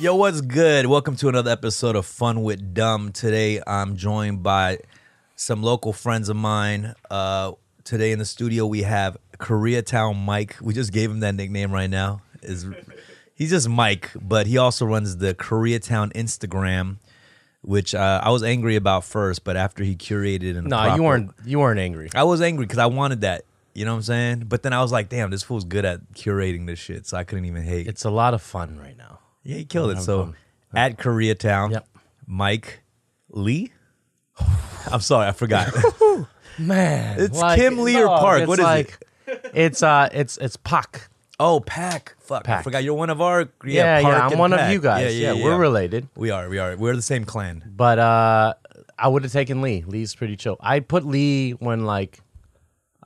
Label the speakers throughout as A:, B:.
A: Yo, what's good? Welcome to another episode of Fun with Dumb. Today I'm joined by some local friends of mine. Uh, today in the studio we have Koreatown Mike. We just gave him that nickname right now. Is he's just Mike, but he also runs the Koreatown Instagram, which uh, I was angry about first, but after he curated and
B: No,
A: proper-
B: you weren't. You weren't angry.
A: I was angry because I wanted that. You know what I'm saying? But then I was like, damn, this fool's good at curating this shit, so I couldn't even hate.
B: It's a lot of fun right now.
A: Yeah, he killed it.
B: I'm
A: So at Koreatown,
B: Yep.
A: Mike Lee. I'm sorry, I forgot.
B: Man,
A: It's Kim Lee or Park. What is
B: it? It's uh, it's it's Pac.
A: oh, Pack. Fuck, I
B: Pack.
A: forgot. You're one of our
B: Yeah, yeah.
A: Park
B: I'm
A: and
B: one of
A: Pack.
B: you guys. Yeah, we're related.
A: We are. We are. We're the same clan.
B: But uh, I would have taken Lee. Lee's pretty chill. I put Lee when like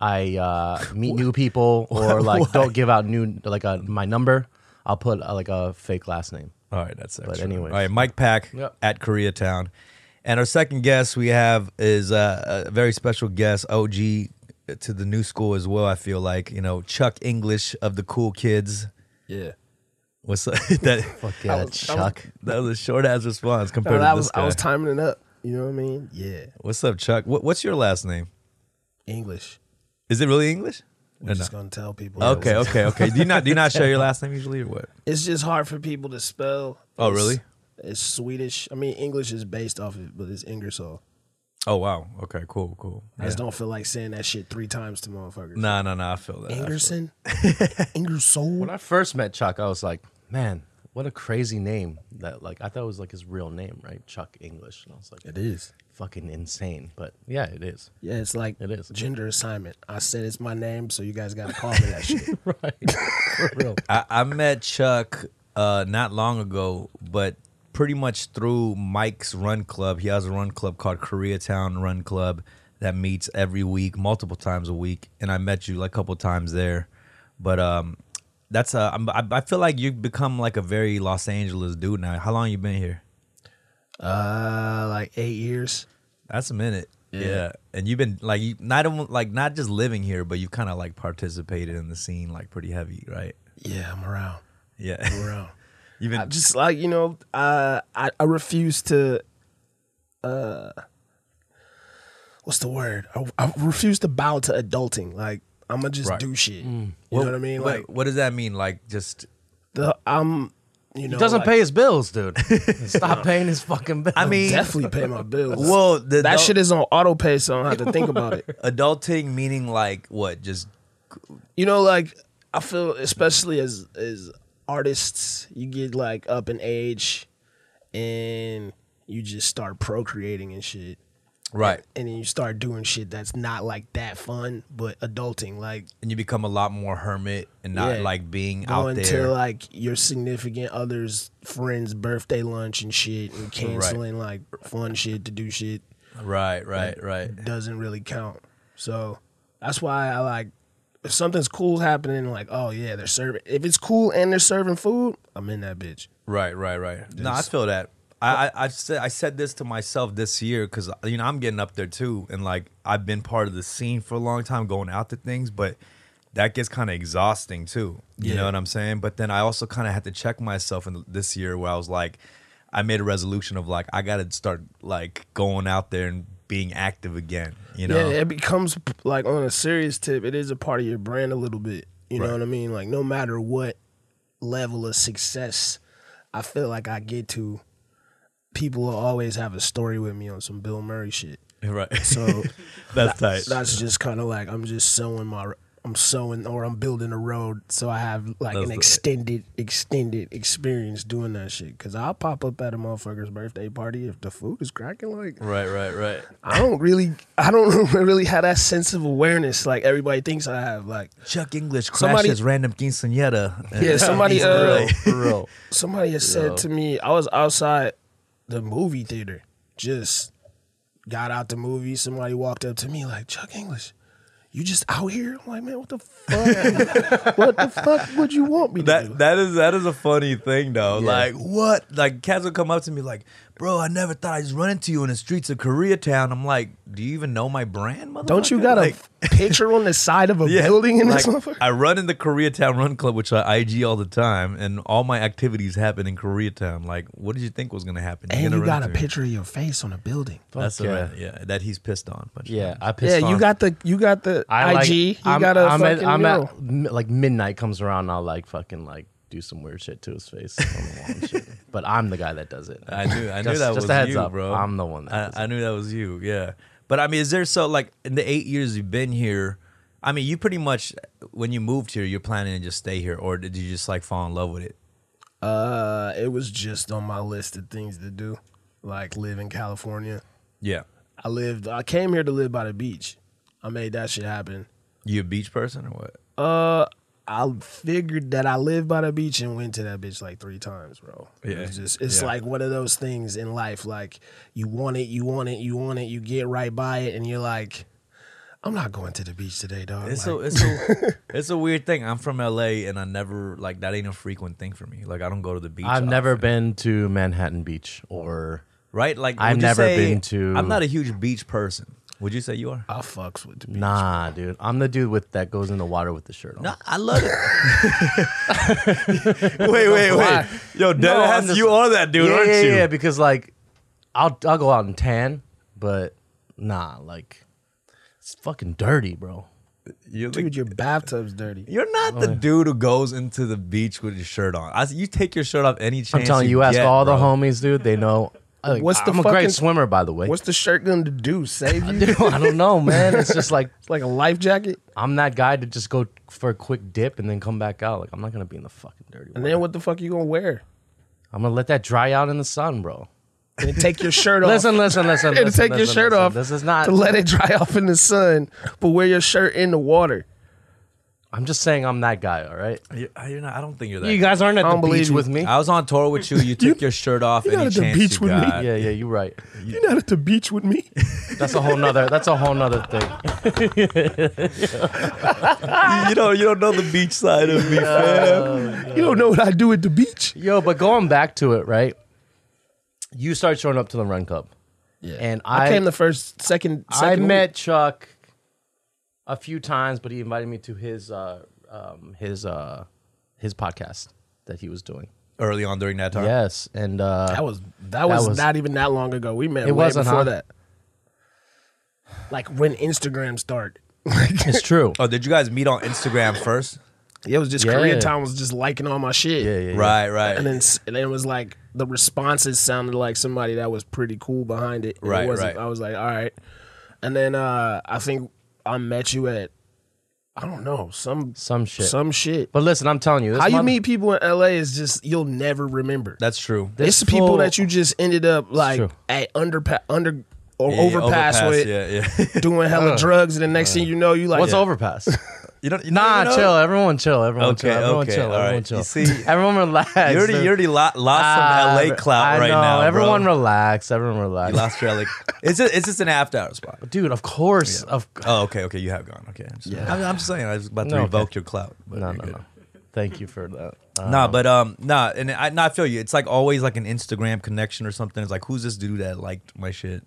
B: I uh meet new people or like don't give out new like uh, my number. I'll put uh, like a fake last name.
A: All right, that's extra.
B: Mm. anyways.
A: All right, Mike Pack
B: Yep.
A: at Koreatown, and our second guest we have is uh, a very special guest, OG to the new school as well. I feel like you know Chuck English of the Cool Kids.
C: Yeah.
A: What's up? that?
B: Yeah,
C: was- that was-
B: Chuck.
A: That was a short ass response compared
C: No,
A: to
C: that
A: this
C: was
A: guy.
C: I was timing it up. You know what I mean? Yeah.
A: What's up, Chuck? What, what's your last name?
C: English.
A: Is it really English?
C: We're
A: Or
C: just
A: no?
C: gonna tell people.
A: Okay, okay, okay. Do you not do you not share your last name usually or what?
C: It's just hard for people to spell.
A: Oh,
C: It's-
A: really?
C: It's Swedish. I mean, English is based off it, but it's Ingersoll.
A: Oh wow. Okay, cool, cool.
C: I just don't feel like saying that shit three times to motherfuckers.
A: Nah, nah, nah. I feel that. I feel
C: Ingerson, Ingersoll.
B: When I first met Chuck, I was like, man, what a crazy name. That like I thought it was like his real name, right? Chuck English. And I was like,
C: It is.
B: fucking insane. But yeah, it is.
C: Yeah, it's like
B: It is.
C: gender assignment. I said it's my name, so you guys gotta call me that shit.
A: I, I met Chuck uh, not long ago, but pretty much through Mike's run club. He has a run club called Koreatown Run Club that meets every week, multiple times a week. And I met you like a couple times there, but um, that's uh, I'm, I, I feel like you've become like a very Los Angeles dude now. How long you been here?
C: Uh, like eight years.
A: That's a minute. Yeah. and you've been like you not even like not just living here, but you've kind of like participated in the scene like pretty heavy, right?
C: Yeah, I'm around. I'm
A: Yeah,
C: around.
A: you've
C: I
A: been
C: just like you know, uh, I I refuse to. Uh, what's the word? I, I refuse to bow to adulting. Like I'm gonna just
A: Right.
C: do shit. You know what I mean?
A: Wait,
C: Like
A: what does that mean? Like just
C: the I'm. You know,
B: He doesn't
C: like,
B: pay his bills, dude. Stop paying his fucking bills.
A: I mean,
C: Definitely pay my bills.
A: Well, the
C: that
A: adult-
C: shit is on auto pay, so I don't have to think about it.
A: adulting meaning like what? Just
C: You know, like I feel, especially as as artists, you get like up in age, and you just start procreating and shit.
A: right,
C: and then you start doing shit that's not like that fun, but adulting, like
A: and you become a lot more hermit and not
C: Yeah.
A: like being out
C: going
A: there.
C: to like your significant other's friend's birthday lunch and shit, and canceling like fun shit to do shit
A: right, right, right.
C: doesn't really count. So that's why I like if something's cool happening, like oh yeah, they're serving. If it's cool and they're serving food, I'm in that bitch.
A: Right, right, right. No, I feel that. I, I I've said I said this to myself this year because you know I'm getting up there too, and like I've been part of the scene for a long time, going out to things, but that gets kind of exhausting too. You know
C: Yeah.
A: what I'm saying? But then I also kind of had to check myself in this year where I was like, I made a resolution of like I got to start like going out there and being active again. You know?
C: Yeah, it becomes like on a serious tip, it is a part of your brand a little bit. You
A: Right.
C: know what I mean? Like no matter what level of success I feel like I get to, people will always have a story with me on some Bill Murray shit.
A: Right.
C: So
A: that's tight.
C: that's just kind of like I'm just sowing my I'm sowing or I'm building a road so I have like
A: That's
C: an
A: the-
C: extended extended experience doing that shit cuz I'll pop up at a motherfucker's birthday party if the food is cracking like
A: right, right, right.
C: I don't really, I don't really have that sense of awareness like everybody thinks I have. Like,
A: Chuck English
C: Somebody-
A: crashes random quinceanera.
C: yeah, somebody, uh,
B: for real.
C: somebody has said to me, I was outside the movie theater, just got out the movie. Somebody walked up to me like, Chuck English, you just out here? I'm like, man, what the fuck? what the fuck would you want me to do?
A: That that is that is a funny thing though. Like what? Like cats will come up to me like, bro, I never thought I'd run into you in the streets of Koreatown. I'm like, do you even know my brand, motherfucker?
C: Don't you got
A: like,
C: a picture on the side of a building in this
A: like,
C: motherfucker?
A: I run in the Koreatown Run Club, which I IG all the time, and all my activities happen in Koreatown. Like, what did you think was gonna happen? You're
C: And
A: gonna
C: you
A: run
C: got a
A: into me.
C: picture of your face on a building.
A: That's
B: Fuck
A: what I- yeah, that he's pissed on. but-
B: Yeah, I
C: Yeah,
B: pissed
C: you
B: off.
C: got the you got the
B: I like-
C: IG. You
B: I'm-
C: got a
B: I'm
C: fucking
B: at, I'm
C: mural.
B: at m- like midnight comes around. I'll like fucking like do some weird shit to his face. on the wall and shit. But I'm the guy that does it.
A: I knew, I knew
B: Just-
A: that
B: just
A: was
B: a heads
A: you,
B: up,
A: bro.
B: I'm the one that does
A: I, I knew that was you. Yeah, but I mean, is there so like in the eight years you've been here? I mean, you pretty much when you moved here, you're planning to just stay here, or did you just like fall in love with it?
C: Uh, it was just on my list of things to do, like live in California.
A: Yeah,
C: I lived. I came here to live by the beach. I made that shit happen.
A: you a beach person or what?
C: Uh, I figured that I lived by the beach and went to that bitch like three times, bro.
A: Yeah.
C: It's just it's
A: Yeah.
C: like one of those things in life. Like you want it, you want it, you want it. You get right by it, and you're like, I'm not going to the beach today, dog.
A: It's
C: Like,
A: a it's a it's a weird thing. I'm from LA, and I never like that ain't a frequent thing for me. Like I don't go to the beach.
B: I've never
A: often.
B: been to Manhattan Beach or
A: right. Like
B: I've
A: would you
B: never
A: say-
B: been to-
A: I'm not a huge beach person. Would you say you are?
C: I fucks with the beach.
B: nah, dude. I'm the dude with that goes in the water with the shirt on.
A: No, I love it. wait, wait, wait. Yo, dead
B: No,
A: ass,
B: I'm just-
A: you are that dude,
B: yeah,
A: aren't
B: yeah,
A: you?
B: yeah, because like I'll I'll go out and tan, but nah, like it's fucking dirty, bro.
A: You're, the-
C: Dude, your bathtub's dirty.
A: you're not the dude who goes into the beach with his shirt on. I, you take your shirt off any chance.
B: I'm telling you, ask
A: get,
B: all the
A: bro.
B: homies, dude. They know. Like,
C: What's the
B: I'm a great
C: fucking-
B: swimmer, by the way.
C: What's the shirt going to do? Save you?
B: Dude, I don't know, man. It's just like
C: It's like a life jacket.
B: I'm that guy to just go for a quick dip and then come back out. Like I'm not gonna be in the fucking dirty.
C: And
B: water.
C: then what the fuck you gonna wear?
B: I'm gonna let that dry out in the sun, bro.
C: And take your shirt off.
B: Listen, listen, listen.
C: and
B: listen,
C: take your
B: listen,
C: shirt
B: listen.
C: off.
B: This is not.
C: to let it dry off in the sun, but wear your shirt in the water.
B: I'm just saying I'm that guy. All right.
A: You- uh, You're not, I don't think you're that.
B: You guys aren't at
C: I
B: the
C: don't believe
B: beach
C: you.
B: with me.
A: I was on tour with you. You took your shirt off
C: not
A: any
C: at the
A: chance
C: beach
A: you
C: with me.
A: got.
B: yeah, yeah, you're right.
C: You're not at the beach with me.
B: That's a whole nother. That's a whole nother thing.
A: You don't you don't know the beach side of me, fam.
C: You don't know what I do at the beach.
B: Yo, but going back to it, right? You start showing up to the run club.
C: Yeah.
B: And
C: I,
B: I-
C: came the first, second,
B: I
C: second
B: met Chuck a few times, but he invited me to his uh, um, his uh, his podcast that he was doing.
A: Early on during that time.
B: Yes, and uh,
C: That was that was,
B: was-
C: not even that long ago. We met
B: It
C: way
B: wasn't,
C: before
B: huh?
C: that. Like when Instagram started.
B: it's true.
A: Oh, did you guys meet on Instagram first?
C: It was just
B: Yeah.
C: Koreatown was just liking all my shit.
B: Yeah, yeah, yeah.
A: Right, right.
C: And then, s- and then it was like the responses sounded like somebody that was pretty cool behind it. and
A: Right,
C: it wasn't,
A: right.
C: I was like, all right. And then uh, I think I met you at I don't know some
B: Some shit.
C: some shit.
B: But listen, I'm telling you, this
C: How you
B: mother-
C: meet people in LA is just you'll never remember.
A: That's true.
C: It's
B: this
C: people
B: fool-
C: that you just ended up like
B: true.
C: at underpa- under or
A: Yeah, yeah,
C: overpass, with
A: Yeah, yeah.
C: doing hella drugs, and the next thing you know, you like
B: Uh, What's
C: yeah.
B: overpass?
A: you don't, you don't
B: nah,
A: even know?
B: chill. Everyone, chill. Everyone,
A: Okay,
B: chill. Everyone,
A: okay,
B: chill.
A: all
B: everyone,
A: right.
B: chill.
A: You see-
B: everyone relax.
A: You already, you already lo- lost
B: Ah,
A: some LA clout
B: I
A: right
B: know.
A: now. bro.
B: Everyone relax. Everyone relax.
A: You lost your LA. It's just, it's just an after hour spot.
B: Dude, of course. Of
A: Oh, okay, okay. You have gone. Okay. I'm just,
B: Yeah.
A: I'm, I'm just saying. I was about to
B: No, okay.
A: revoke your clout. But
B: no,
A: you're
B: no,
A: good.
B: no. Thank you for that. Uh,
A: Nah, but um, nah, and I, nah, I feel you. It's like always like an Instagram connection or something. It's like who's this dude that liked my shit,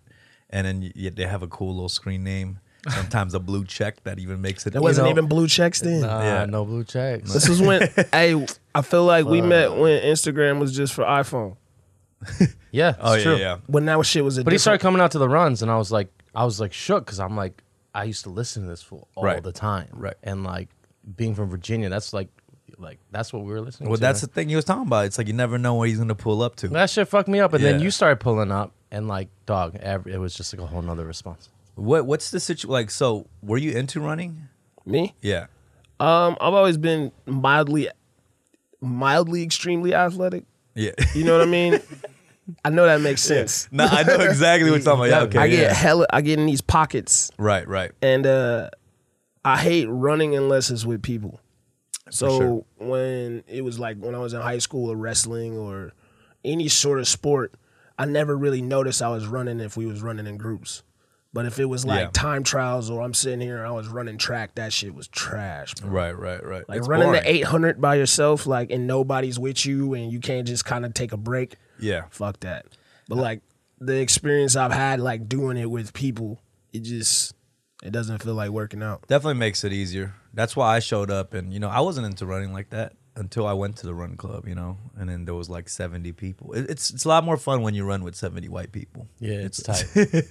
A: and then y they have a cool little screen name. Sometimes a blue check that even makes it.
C: That wasn't
B: know-
C: even blue checks then.
B: uh,
A: yeah.
B: no blue checks.
C: This is when hey, I feel like we met when Instagram was just for iPhone.
B: yeah, it's
A: Oh yeah,
B: true.
A: yeah.
C: When that shit was a
B: But he
C: different-
B: started coming out to the runs, and I was like, I was like shook because I'm like, I used to listen to this fool all
A: Right.
B: the time,
A: Right.
B: And like being from Virginia, that's like, like that's what we were listening.
A: Well,
B: to.
A: that's the
B: man.
A: thing he was talking about. It's like you never know where he's gonna pull up to.
B: that shit fucked me up, and then
A: Yeah.
B: you started pulling up, and like, dog, every, it was just like a whole nother response.
A: What What's the situation? Like, so were you into running?
C: me.
A: Yeah.
C: Um, I've always been mildly, mildly, extremely athletic.
A: Yeah.
C: You know what I mean? I know that makes sense.
A: no, I know exactly what you're talking about. Yeah, okay.
C: I get
A: yeah.
C: hella, I get in these pockets,
A: Right, right.
C: and uh, I hate running unless it's with people. So
A: sure.
C: when it was like when I was in high school or wrestling or any sort of sport, I never really noticed I was running if we was running in groups. But if it was like
A: Yeah.
C: time trials or I'm sitting here and I was running track, that shit was trash, bro.
A: Right, right, right.
C: Like
A: It's
C: running
A: boring.
C: the 800 by yourself, like, and nobody's with you, and you can't just kind of take a break.
A: Yeah.
C: Fuck that. But like the experience I've had, like doing it with people, it just it doesn't feel like working out.
A: Definitely makes it easier. That's why I showed up, and you know, I wasn't into running like that until I went to the run club, you know, and then there was like seventy people. It, it's it's a lot more fun when you run with seventy white people.
B: Yeah, it's tight.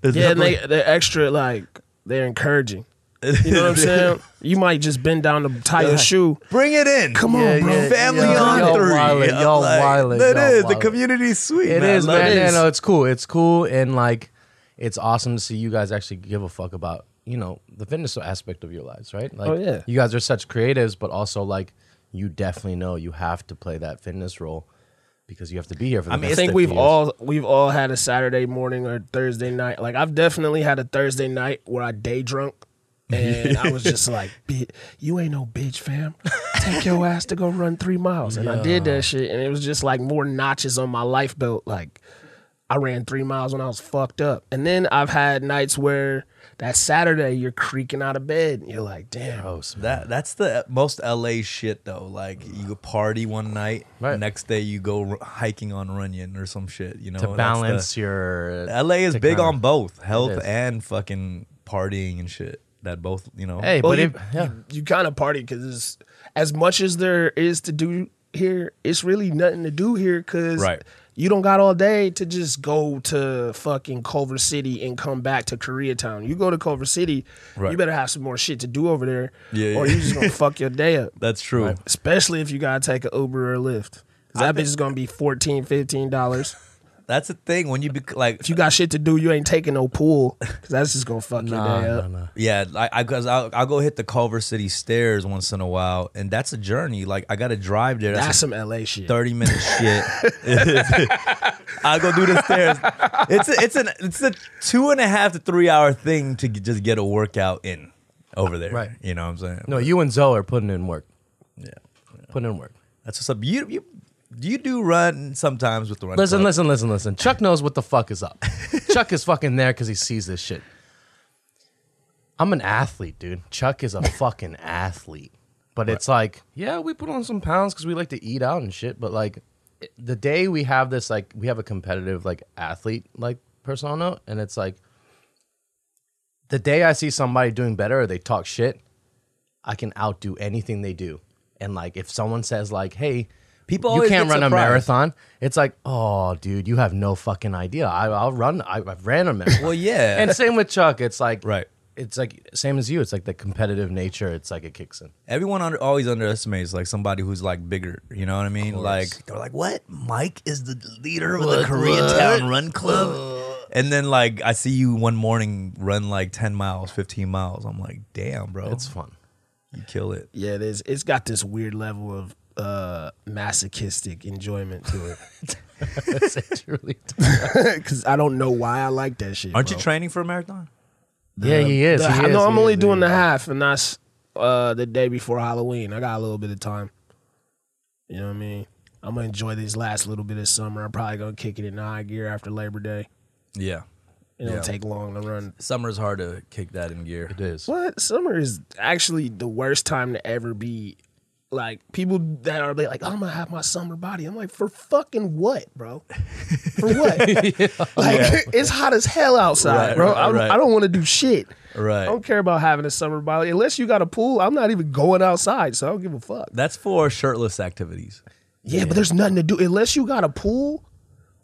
A: There's
C: Yeah, and they
A: definitely-
C: they're extra like they're encouraging. You know what I'm saying? You might just bend down to tie your shoe.
A: bring it in.
C: Come on,
B: Yeah,
C: bro.
B: yeah,
A: Family
B: Yo,
A: on
B: yo,
A: three.
B: wildin',
A: I'm
B: yo,
A: like,
B: wildin',
A: that
B: yo,
A: is. The
B: wildin'.
A: community's sweet.
B: It
A: man. I
B: is,
A: love it.
B: man.
C: uh,
B: Yeah, no, it's cool. It's cool, and like, it's awesome to see you guys actually give a fuck about you know the fitness aspect of your lives, right? Like,
C: Oh, yeah.
B: you guys are such creatives, but also like, you definitely know you have to play that fitness role because you have to be here for. The
A: I mean,
B: next
C: I
A: It's
C: think
B: 50
C: we've
B: years.
C: all we've all had a Saturday morning or Thursday night. Like I've definitely had a Thursday night where I day drunk. And I was just like, "Bi- "You ain't no bitch, fam. Take your ass to go run three miles." And I did that shit, and it was just like more notches on my life belt. Like I ran three miles when I was fucked up, and then I've had nights where that Saturday you're creaking out of bed. And you're like, "Damn,
B: gross. man.
A: That that's the most LA shit though. Like you party one night,
B: Right.
A: next day you go r- hiking on Runyon or some shit. You know,
B: to
A: oh, That's the-
B: balance your
A: LA is
B: to
A: big
B: kinda-
A: on both
B: It
A: health
B: is.
A: and fucking partying and shit. That both you know.
B: Hey,
C: Well,
B: but
C: you,
B: if yeah.
C: you, kind of party because as much as there is to do here, it's really nothing to do here because
A: Right.
C: you don't got all day to just go to fucking Culver City and come back to Koreatown. You go to Culver City,
A: Right.
C: you better have some more shit to do over there,
A: Yeah,
C: or
A: yeah.
C: you just gonna fuck your day up.
A: that's true.
C: Especially if you gotta take an Uber or Lyft. 'Cause that bitch is gonna be $14, 15 dollars.
A: That's the thing when you be like.
C: If you got shit to do, you ain't taking no pool because that's just gonna fuck
B: Nah,
C: your day
B: nah,
C: up.
B: nah.
A: Yeah, like I cause I'll, I'll go hit the Culver City stairs once in a while, and that's a journey. Like I got to drive there.
C: That's
A: a
C: some LA shit.
A: thirty minute shit. I go do the stairs. It's a, it's an it's a two and a half to three hour thing to g- just get a workout in over there.
B: Right.
A: You know what I'm saying?
B: no, you and Zoe are putting in work.
A: Yeah.
B: Putting in work.
A: That's what's up. You you you do run sometimes with the run.
B: Listen,
A: club.
B: listen, listen, listen. Chuck knows what the fuck is up. Chuck is fucking there because he sees this shit. I'm an athlete, dude. Chuck is a fucking athlete. But it's like, yeah, we put on some pounds because we like to eat out and shit. But like, it- the day we have this, like, we have a competitive, like, athlete, like, persona, and it's like, the day I see somebody doing better or they talk shit, I can outdo anything they do. And like, if someone says like, "Hey,
A: People
B: you
A: always
B: can't
A: get
B: run a
A: surprised.
B: marathon," it's like, "Oh, dude, you have no fucking idea. I, I'll run. I, I've ran a marathon."
A: Well, yeah.
B: And same with Chuck. It's like,
A: Right.
B: It's like same as you. It's like the competitive nature. It's like it kicks in.
A: Everyone under, always underestimates like somebody who's like bigger. You know what I mean? Like they're like, "What? Mike is the leader of the Koreatown Run Club." and then like I see you one morning run like ten miles, fifteen miles. I'm like, "Damn, bro,
B: It's fun.
A: you kill it."
C: Yeah, it is. It's got this weird level of uh masochistic enjoyment to
B: It's it really.
C: it because I don't know why I like that shit.
A: Aren't
C: bro.
A: you training for a marathon?
B: yeah, he is.
C: The-
B: he is,
C: no, I'm
B: he
C: only
B: is,
C: doing
B: he
C: the
B: is.
C: half, and that's uh the day before Halloween. I got a little bit of time. You know what I mean? I'm gonna enjoy this last little bit of summer. I'm probably gonna kick it in high gear after Labor Day.
A: Yeah,
C: It don't
A: Yeah.
C: take long to run.
A: summer's hard to kick that in gear.
B: It is.
C: What? Summer is actually the worst time to ever be. Like people that are like, I'm gonna have my summer body. I'm like, for fucking what, bro? For what? Like it's hot as hell outside,
A: Right,
C: bro.
A: right,
C: I'm-
A: right.
C: I don't want to do shit. I
A: Right.
C: don't care about having a summer body unless you got a pool. I'm not even going outside, so I don't give a fuck.
A: That's for shirtless activities.
C: Yeah, but there's nothing to do unless you got a pool.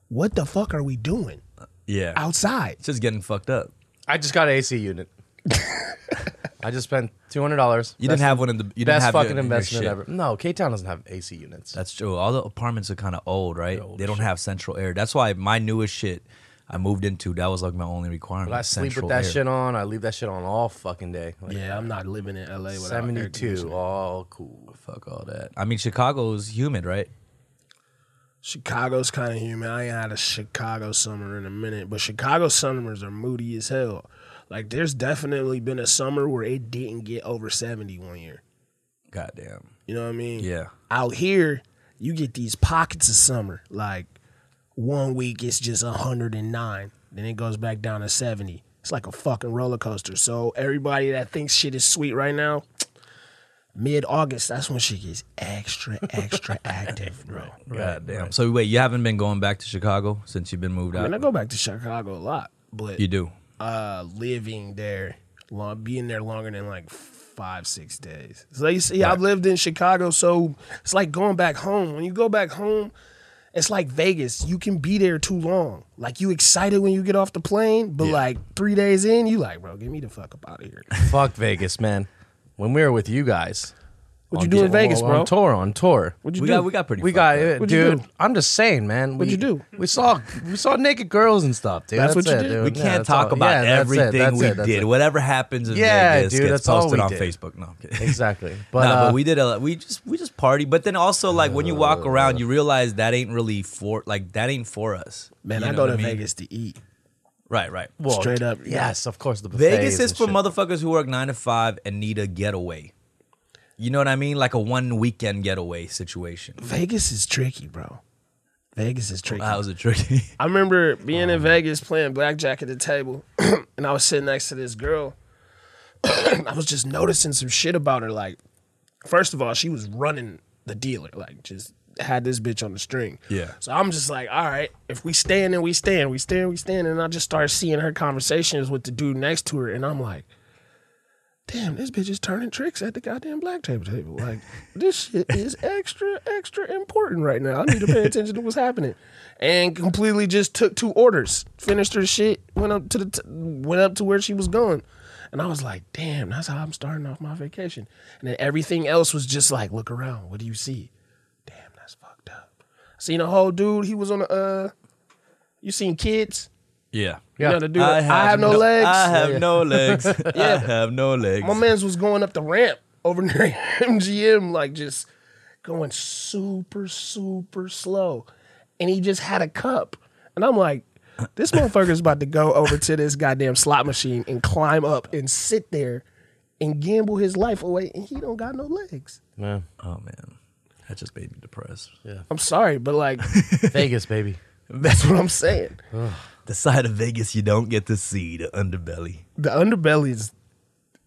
C: What the fuck are we doing
A: Yeah,
C: outside?
A: it's just getting fucked up.
B: I just got an AC unit. I just spent two hundred dollars.
A: You didn't have one in the. You didn't
B: best
A: have your-
B: fucking
A: your
B: investment
A: shit.
B: ever. No, K Town doesn't have AC units.
A: That's true. All the apartments are kind of old, right? they don't have central air. That's why my newest shit I moved into, that was like my only requirement.
B: I sleep
A: central
B: with that
A: air.
B: shit on. I leave that shit on all fucking day. Like,
C: Yeah, I'm not living in LA without air
B: Seventy-two,
C: conditioning.
B: all cool.
A: Fuck all that. I mean, Chicago's humid, right?
C: Chicago's kind of humid. I ain't had a Chicago summer in a minute, but Chicago summers are moody as hell. Like, there's definitely been a summer where it didn't get over 70 one year.
A: Goddamn.
C: You know what I mean?
A: Yeah.
C: Out here, you get these pockets of summer. Like, one week it's just 109, then it goes back down to 70. It's like a fucking roller coaster. So, everybody that thinks shit is sweet right now, mid August, that's when she gets extra, extra active, bro.
A: God damn. So wait, you haven't been going back to Chicago since you've been moved
C: I
A: out.
C: mean, I go back to Chicago a lot, but
A: Uh, you do.
C: uh, living there, long, being there longer than like five, six days. So you see, I've lived in Chicago, so it's like going back home. When you go back home, it's like Vegas. You can be there too long. Like you excited when you get off the plane, but
A: Yeah.
C: like three days in, you like, bro, get me the fuck up out of here.
B: Fuck Vegas, man. When we were with you guys,
C: What
B: on
C: you do in
B: tour-
C: Vegas, bro?
B: On tour, on tour.
C: What'd you
A: We
C: do?
A: got we got pretty.
B: We
A: fucked
B: got
A: up.
B: it,
C: What'd you
B: dude.
C: do?
B: I'm just saying, man. What'd we,
C: you do?
B: We saw we saw naked girls and stuff, dude.
C: That's
B: That's,
C: what you
B: it,
C: did?
B: dude.
A: We
B: Yeah,
A: can't
B: that's
A: talk
B: all-
A: about
B: yeah, that's it,
A: everything
B: that's
A: we
B: it, that's
A: did.
B: it.
A: Whatever happens in
B: Yeah,
A: Vegas
B: dude,
A: gets
B: that's all
A: posted
B: we
A: on
B: did.
A: Facebook. No, I'm kidding.
B: Exactly. But,
A: nah,
B: uh,
A: but we did a we just we just party. But then also like when you walk around, you realize that ain't really for like that ain't for us.
C: Man,
A: You
C: I
A: know
C: go
A: what
C: to
A: mean?
C: Vegas to eat.
A: Right, right.
B: well,
C: straight up,
B: Yes, of course. The
A: Vegas
B: buffets
A: is
B: and
A: for
B: shit.
A: motherfuckers who work nine to five and need a getaway. You know what I mean? Like a one weekend getaway situation.
C: Vegas is tricky, bro. Vegas is tricky.
A: That was a tricky.
C: I remember being in Vegas playing blackjack at the table, and I was sitting next to this girl. I was just noticing some shit about her. Like, first of all, she was running the dealer, like, just had this bitch on the string.
A: Yeah.
C: So I'm just like, all right, if we stand and we stand, we stand, we stand. And I just started seeing her conversations with the dude next to her, and I'm like, damn, this bitch is turning tricks at the goddamn black table table. Like, this shit is extra, extra important right now. I need to pay attention to what's happening. And completely just took two orders, finished her shit, went up to the t- went up to where she was going. And I was like, damn, that's how I'm starting off my vacation. And then everything else was just like, look around, what do you see? Damn, that's fucked up. Seen a whole dude, he was on a uh you seen kids?
A: yeah.
C: You know the dude I have, no, legs.
A: I have no legs. I have no legs.
C: My man's was going up the ramp over near MGM, like just going super, super slow. And he just had a cup. And I'm like, this motherfucker's about to go over to this goddamn slot machine and climb up and sit there and gamble his life away. And he don't got no legs.
B: Man,
A: Oh man, that just made me depressed.
C: I'm sorry, but like,
B: Vegas, baby.
C: that's what I'm saying.
A: The side of Vegas you don't get to see, the underbelly.
C: The underbelly is,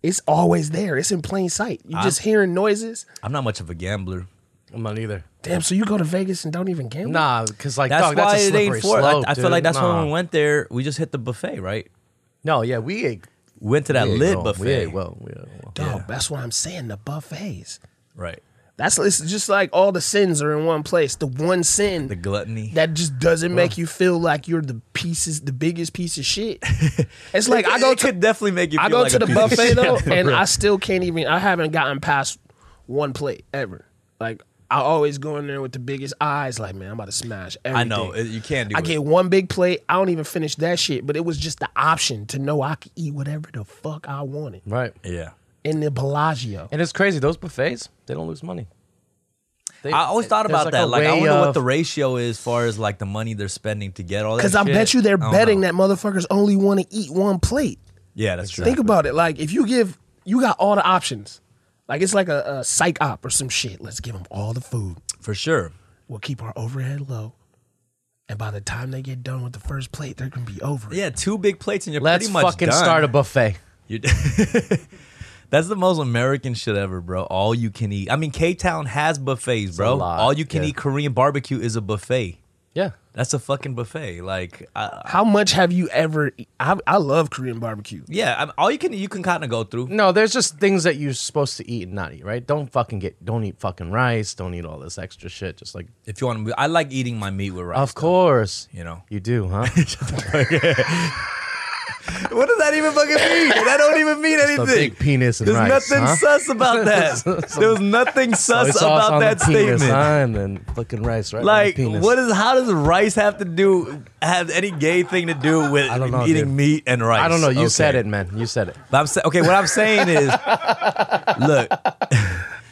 C: it's always there. It's in plain sight. You're just hearing noises.
A: I'm not much of a gambler.
B: I'm not either.
C: Damn, so you go to Vegas and don't even gamble?
B: Nah, because like
A: That's
B: dog,
A: why
B: that's a
A: it
B: slippery
A: ain't for.
B: slope.
A: I, I feel
B: dude.
A: like that's
B: nah.
A: when we went there. We just hit the buffet, right?
B: No, yeah, we ate.
A: We Went to that
B: we ate
A: lit
B: well,
A: buffet,
B: We ate well, we ate well.
C: Dog, that's what I'm saying. The buffets.
A: right?
C: That's it's just like all the sins are in one place. The one sin
A: The gluttony.
C: that just doesn't make you feel like you're the pieces, the biggest piece of shit. It's like I go
A: It
C: to
A: could definitely make you.
C: I
A: feel
C: go
A: like
C: to
A: a
C: the
A: piece of
C: buffet
A: shit.
C: though, and I still can't even. I haven't gotten past one plate ever. Like I always go in there with the biggest eyes. Like man, I'm about to smash everything.
A: I know it- you can't do
C: I
A: it.
C: get one big plate. I don't even finish that shit. But it was just the option to know I could eat whatever the fuck I wanted
B: Right,
A: yeah.
C: in the Bellagio.
B: and it's crazy. Those buffets, they don't lose money. They-
A: I always thought
B: there's,
A: about
B: a
A: that. Like, I
B: way
A: wonder what
B: of-
A: the ratio is as far as like the money they're spending to get all that.
C: Because I
A: shit.
C: bet you they're
A: don't
C: betting
A: know.
C: that motherfuckers only want to eat one plate.
A: Yeah, that's true.
C: Think about it. Like if you give, you got all the options. Like it's like a, a psych op or some shit. Let's give them all the food.
A: for sure.
C: We'll keep our overhead low, and by the time they get done with the first plate, they're gonna be over. it.
A: Yeah, two big plates and you're
B: Let's
A: pretty much
B: fucking
A: done.
B: start a buffet.
A: You- That's the most American shit ever, bro. All you can eat. I mean, K Town has buffets, bro.
B: lot,
A: All you can
B: yeah.
A: eat Korean barbecue is a buffet.
B: Yeah,
A: That's a fucking buffet. Like, I,
C: How much have you ever? e- I, I love Korean barbecue.
A: yeah, I'm, all you can you can kind of go through.
B: No, there's just things that you're supposed to eat and not eat, right? Don't fucking get, don't eat fucking rice. Don't eat all this extra shit. Just like,
A: If you want to, I like eating my meat with rice.
B: of course,
A: you know.
B: you do, huh?
A: What does that even fucking mean? That don't even mean
B: a
A: anything.
B: big penis and
A: There's
B: rice.
A: nothing
B: huh?
A: sus about that. there was nothing
B: Soy
A: sus
B: sauce
A: about
B: on the
A: that
B: penis,
A: statement.
B: huh? And then fucking rice, right? on the
A: Like,
B: penis.
A: what is how does rice have to do have any gay thing to do with
B: don't know,
A: eating
B: dude.
A: meat and rice?
B: I don't know. You
A: Okay.
B: said it, man. You said it.
A: But I'm sa- okay. What I'm saying is, look,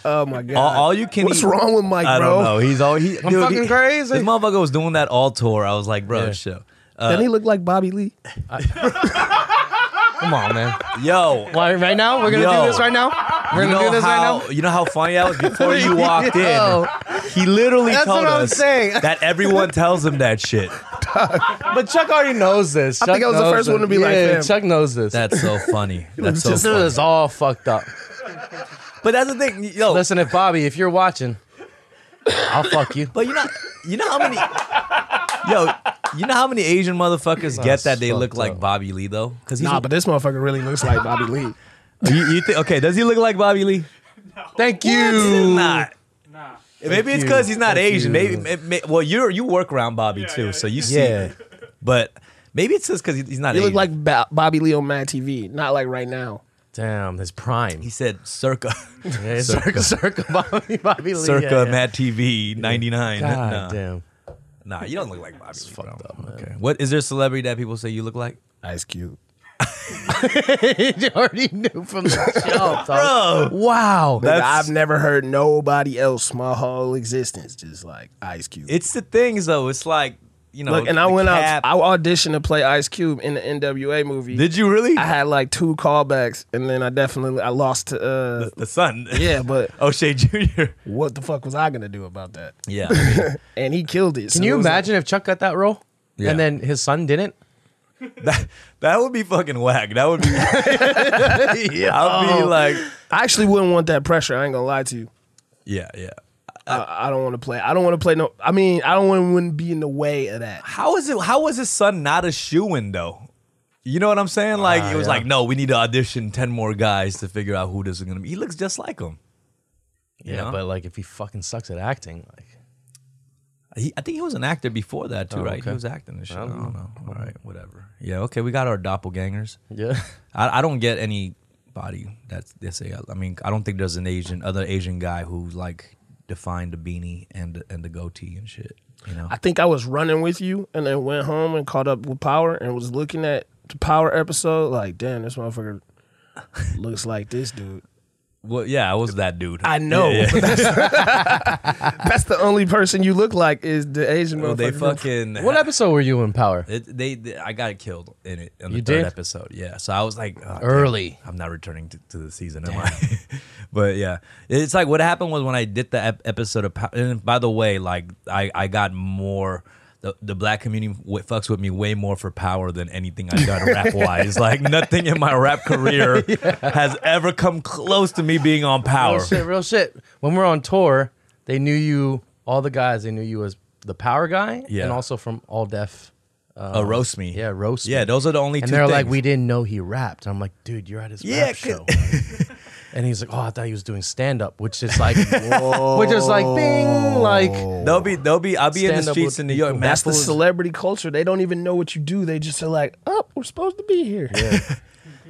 C: Oh my god!
A: all, all you can.
C: What's
A: eat-
C: wrong with Mike,
A: I
C: bro?
A: don't know. He's all he.
B: I'm
A: dude,
B: fucking
A: he-
B: crazy.
A: This motherfucker was doing that all tour. I was like, bro,
B: Yeah.
A: shit.
C: Doesn't he look like Bobby Lee?
B: Come on, man.
A: Yo,
B: Why, right now? We're gonna
A: Yo.
B: do this right now. We're
A: you
B: gonna
A: know
B: do this
A: how
B: right now.
A: you know how funny that was before you walked
B: Yo.
A: in. He literally
B: That's
A: told
B: what I'm
A: us
B: saying.
A: that everyone tells him that shit.
B: But Chuck already knows this. Chuck
C: think I was the
B: knows
C: first
B: it.
C: one to be like,
B: yeah,
C: "Fam."
B: Chuck knows this.
A: That's so funny. That's so
B: this
A: funny.
B: is all fucked up.
A: But that's the thing, yo.
B: Listen, if Bobby, if you're watching, I'll fuck you.
A: But you know, you know how many, yo, you know how many Asian motherfuckers get that they look
B: fucked
A: like
B: up.
A: Bobby Lee though? Because
C: Nah, but this motherfucker really looks like Bobby Lee.
A: you, you think okay, does he look like Bobby Lee?
B: Thank you.
A: He's not.
D: Nah.
A: Maybe it's
B: you.
A: because he's not
B: Thank
A: Asian.
B: you.
A: Maybe, may- may- well, you you work around Bobby too,
D: yeah,
A: so you see.
B: Yeah.
A: But maybe it's just because he's not.
C: You look
A: Asian.
C: like Ba- Bobby Lee on Mad TV, not like right now.
B: Damn, his prime.
A: he said, circa,
B: Yeah, circa, circa, Bobby, Bobby Lee.
A: circa
B: yeah, yeah.
A: Matt TV ninety nine.
B: God
A: Nah,
B: damn.
A: nah, you don't look like Bobby. Lee, bro. Okay. What is there a celebrity that people say you look like?
C: Ice Cube.
B: you already knew from the show, dog.
A: Oh,
B: Wow.
A: That's-
C: I've never heard nobody else my whole existence just like Ice Cube.
A: it's the things though. It's like you know.
C: Look, and I
A: the
C: went
A: cap.
C: out. I auditioned to play Ice Cube in the NWA movie.
A: Did you really?
C: I had like two callbacks, and then I definitely I lost to. Uh,
A: the son.
C: yeah, but
A: O'Shea Jr.
C: what the fuck was I gonna do about that?
A: Yeah. I mean,
C: And he killed it.
B: Can you imagine if Chuck got that role?
A: Yeah.
B: And then his son didn't?
A: that that would be fucking whack. That would be. I'll be like,
C: I actually wouldn't want that pressure. I ain't gonna lie to you. Uh,
A: yeah, yeah.
C: I, I don't want to play. I don't want to play. No, I mean I don't want to be in the way of that.
A: How is it? How was his son not a shoe in though? You know what I'm saying? Like it was like, no, we need to audition ten more guys to figure out who this is gonna be. He looks just like him.
B: Yeah,
A: Yeah.
B: but like if he fucking sucks at acting, like
A: He, I think he was an actor before that too, right? He
B: okay.
A: was acting and shit. I don't, know. All right, whatever. Yeah, okay, we got our doppelgangers.
B: yeah.
A: I, I don't get any body that's they say. I mean, I don't think there's an Asian other Asian guy who's like defined the beanie and the- and the goatee and shit. You know?
C: I think I was running with you, and then went home and caught up with Power, and was looking at the Power episode. Like, damn, this motherfucker looks like this dude.
A: well, yeah, I was that dude.
C: I know.
A: Yeah, yeah.
C: That's the only person you look like is the Asian
A: Well,
C: motherfucker.
A: Oh, they fucking.
B: What episode were you in Power?
A: It, they, they- I got killed in it in the
B: You
A: third
B: did?
A: episode. Yeah, so I was like, oh, damn,
B: Early.
A: I'm not returning to, to the season, am I? but yeah, it's like what happened was when I did the ep- episode of. Pow- And by the way, like I, I got more. The, the black community w- fucks with me way more for power than anything I've done rap wise. Like nothing in my rap career has ever come close to me being on power.
B: Real shit, real shit. When we're on tour, they knew you all the guys, they knew you as the power guy
A: Yeah.
B: and also from all deaf
A: Uh, roast me.
B: yeah, roast
A: Yeah,
B: me.
A: those are the only
B: and
A: two
B: they're
A: things.
B: like, we didn't know he rapped. And I'm like, dude, you're at his
A: Yeah,
B: rap
A: 'cause-
B: show. and he's like, oh, I thought he was doing stand up, which is like, which is like, bing, like,
A: They'll be, they'll be, I'll be in
B: Stand
A: the
B: up
A: streets
B: would
A: in New
B: be
A: York.
B: cool.
A: Matt
C: That's the
A: Fool's-
C: celebrity culture. They don't even know what you do. They just are like, oh, we're supposed to be here.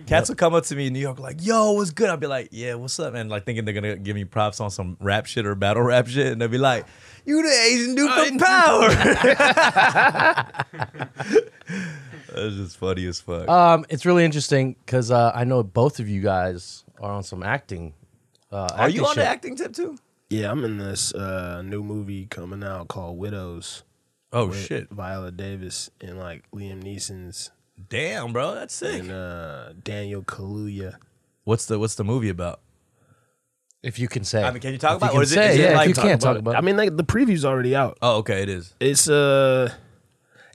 A: Cats will come up to me in New York like, "Yo, what's good?" I'll be like, "Yeah, what's up?" And like thinking they're gonna give me props on some rap shit or battle rap shit, and they'll be like, "You the Asian dude
C: Oh,
A: from Power." That's just funny as fuck.
B: um, it's really interesting because uh, I know both of you guys are on some acting. Uh,
A: Are you on
B: shit.
A: the acting tip too?
C: Yeah, I'm in this uh, new movie coming out called Widows.
A: Oh
C: with
A: shit!
C: Viola Davis and like Liam Neeson's
A: Damn, bro, that's sick.
C: and uh, Daniel Kaluuya.
A: What's the What's the movie about?
B: If you can say,
A: I mean, can you talk
B: If
A: about it,
B: can
A: or is it-
B: say
A: is
B: yeah,
A: it
B: if
A: like-
B: you can't talk
A: it.
B: about.
C: I mean, like the preview's already out.
A: Oh, okay, it is.
C: It's uh,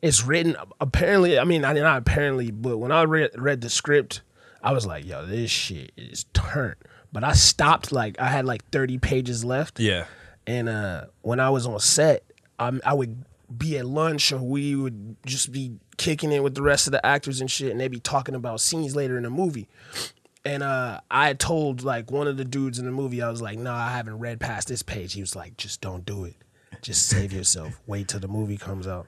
C: it's written apparently. I mean, I not apparently, but when I read read the script, I was like, "Yo, this shit is turned." But I stopped. Like, I had like 30 pages left.
A: Yeah.
C: And uh, when I was on set, I, I would be at lunch or we would just be kicking it with the rest of the actors and shit, and they'd be talking about scenes later in the movie. And uh, I had told like one of the dudes in the movie, I was like, "Nah, I haven't read past this page." He was like, "Just don't do it. Just save yourself. Wait till the movie comes out."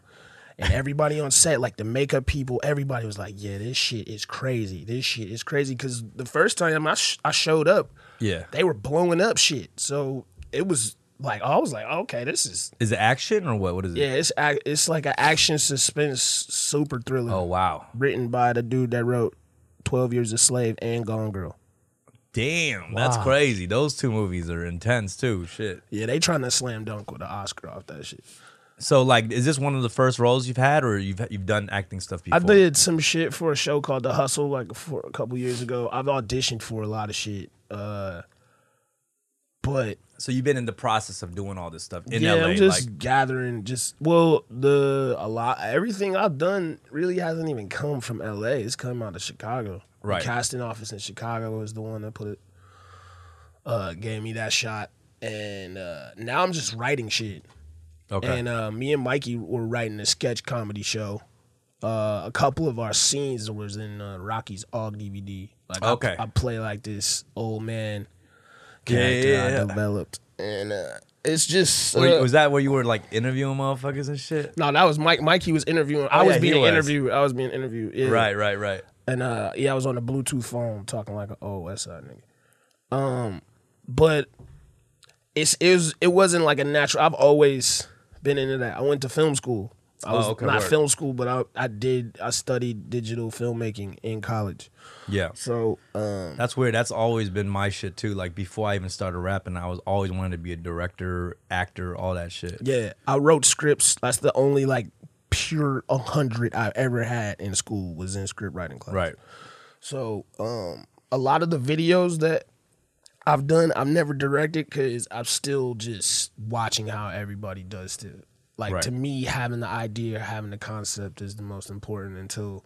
C: And everybody on set, like the makeup people, everybody was like, "Yeah, this shit is crazy. This shit is crazy." Because the first time I sh- I showed up,
A: Yeah.
C: they were blowing up shit. So it was like I was like, okay, this is
A: Is it action or what? What is it?
C: yeah, it's ac- it's like an action suspense super thriller
A: Oh wow.
C: written by the dude that wrote Twelve Years a Slave and Gone Girl.
A: Damn, that's crazy. Those two movies are intense too. Shit.
C: Yeah, they trying to slam dunk with the Oscar off that shit.
A: So like, is this one of the first roles you've had, or you've you've done acting stuff before?
C: I did some shit for a show called The Hustle like for a couple years ago. I've auditioned for a lot of shit, uh, but
A: So you've been in the process of doing all this stuff in
C: yeah,
A: LA.
C: I'm just
A: like,
C: gathering. Just well, the a lot everything I've done really hasn't even come from L.A. It's come out of Chicago.
A: Right.
C: The casting office in Chicago is the one that put it. uh, gave me that shot, and uh, now I'm just writing shit.
A: Okay.
C: And uh, me and Mikey were writing a sketch comedy show. Uh, a couple of our scenes was in uh, Rocky's Og DVD. Like I-
A: Okay.
C: I, play like this old man character
A: yeah.
C: I developed, and uh, it's just
A: Were you-
C: uh,
A: was that where you were like interviewing motherfuckers and shit?
C: no, that was Mike. Mikey was interviewing. I
A: Oh,
C: was
A: yeah, he
C: being
A: was.
C: interviewed. I was being interviewed. Yeah.
A: Right, right, right.
C: And uh, yeah, I was on the Bluetooth phone talking like an OSI nigga. Um, but it's it was it wasn't like a natural. I've always been into that. I went to film school. I was
A: Oh, okay,
C: not
A: word.
C: film school, but I I did I studied digital filmmaking in college.
A: Yeah.
C: So um,
A: That's weird. That's always been my shit too. Like before I even started rapping, I was always wanted to be a director, actor, all that shit.
C: yeah, I wrote scripts. That's the only like pure hundred I ever had in school was in script writing class.
A: Right.
C: So, um, a lot of the videos that I've done, I've never directed because I'm still just watching how everybody does to like
A: Right.
C: to me having the idea, having the concept is the most important until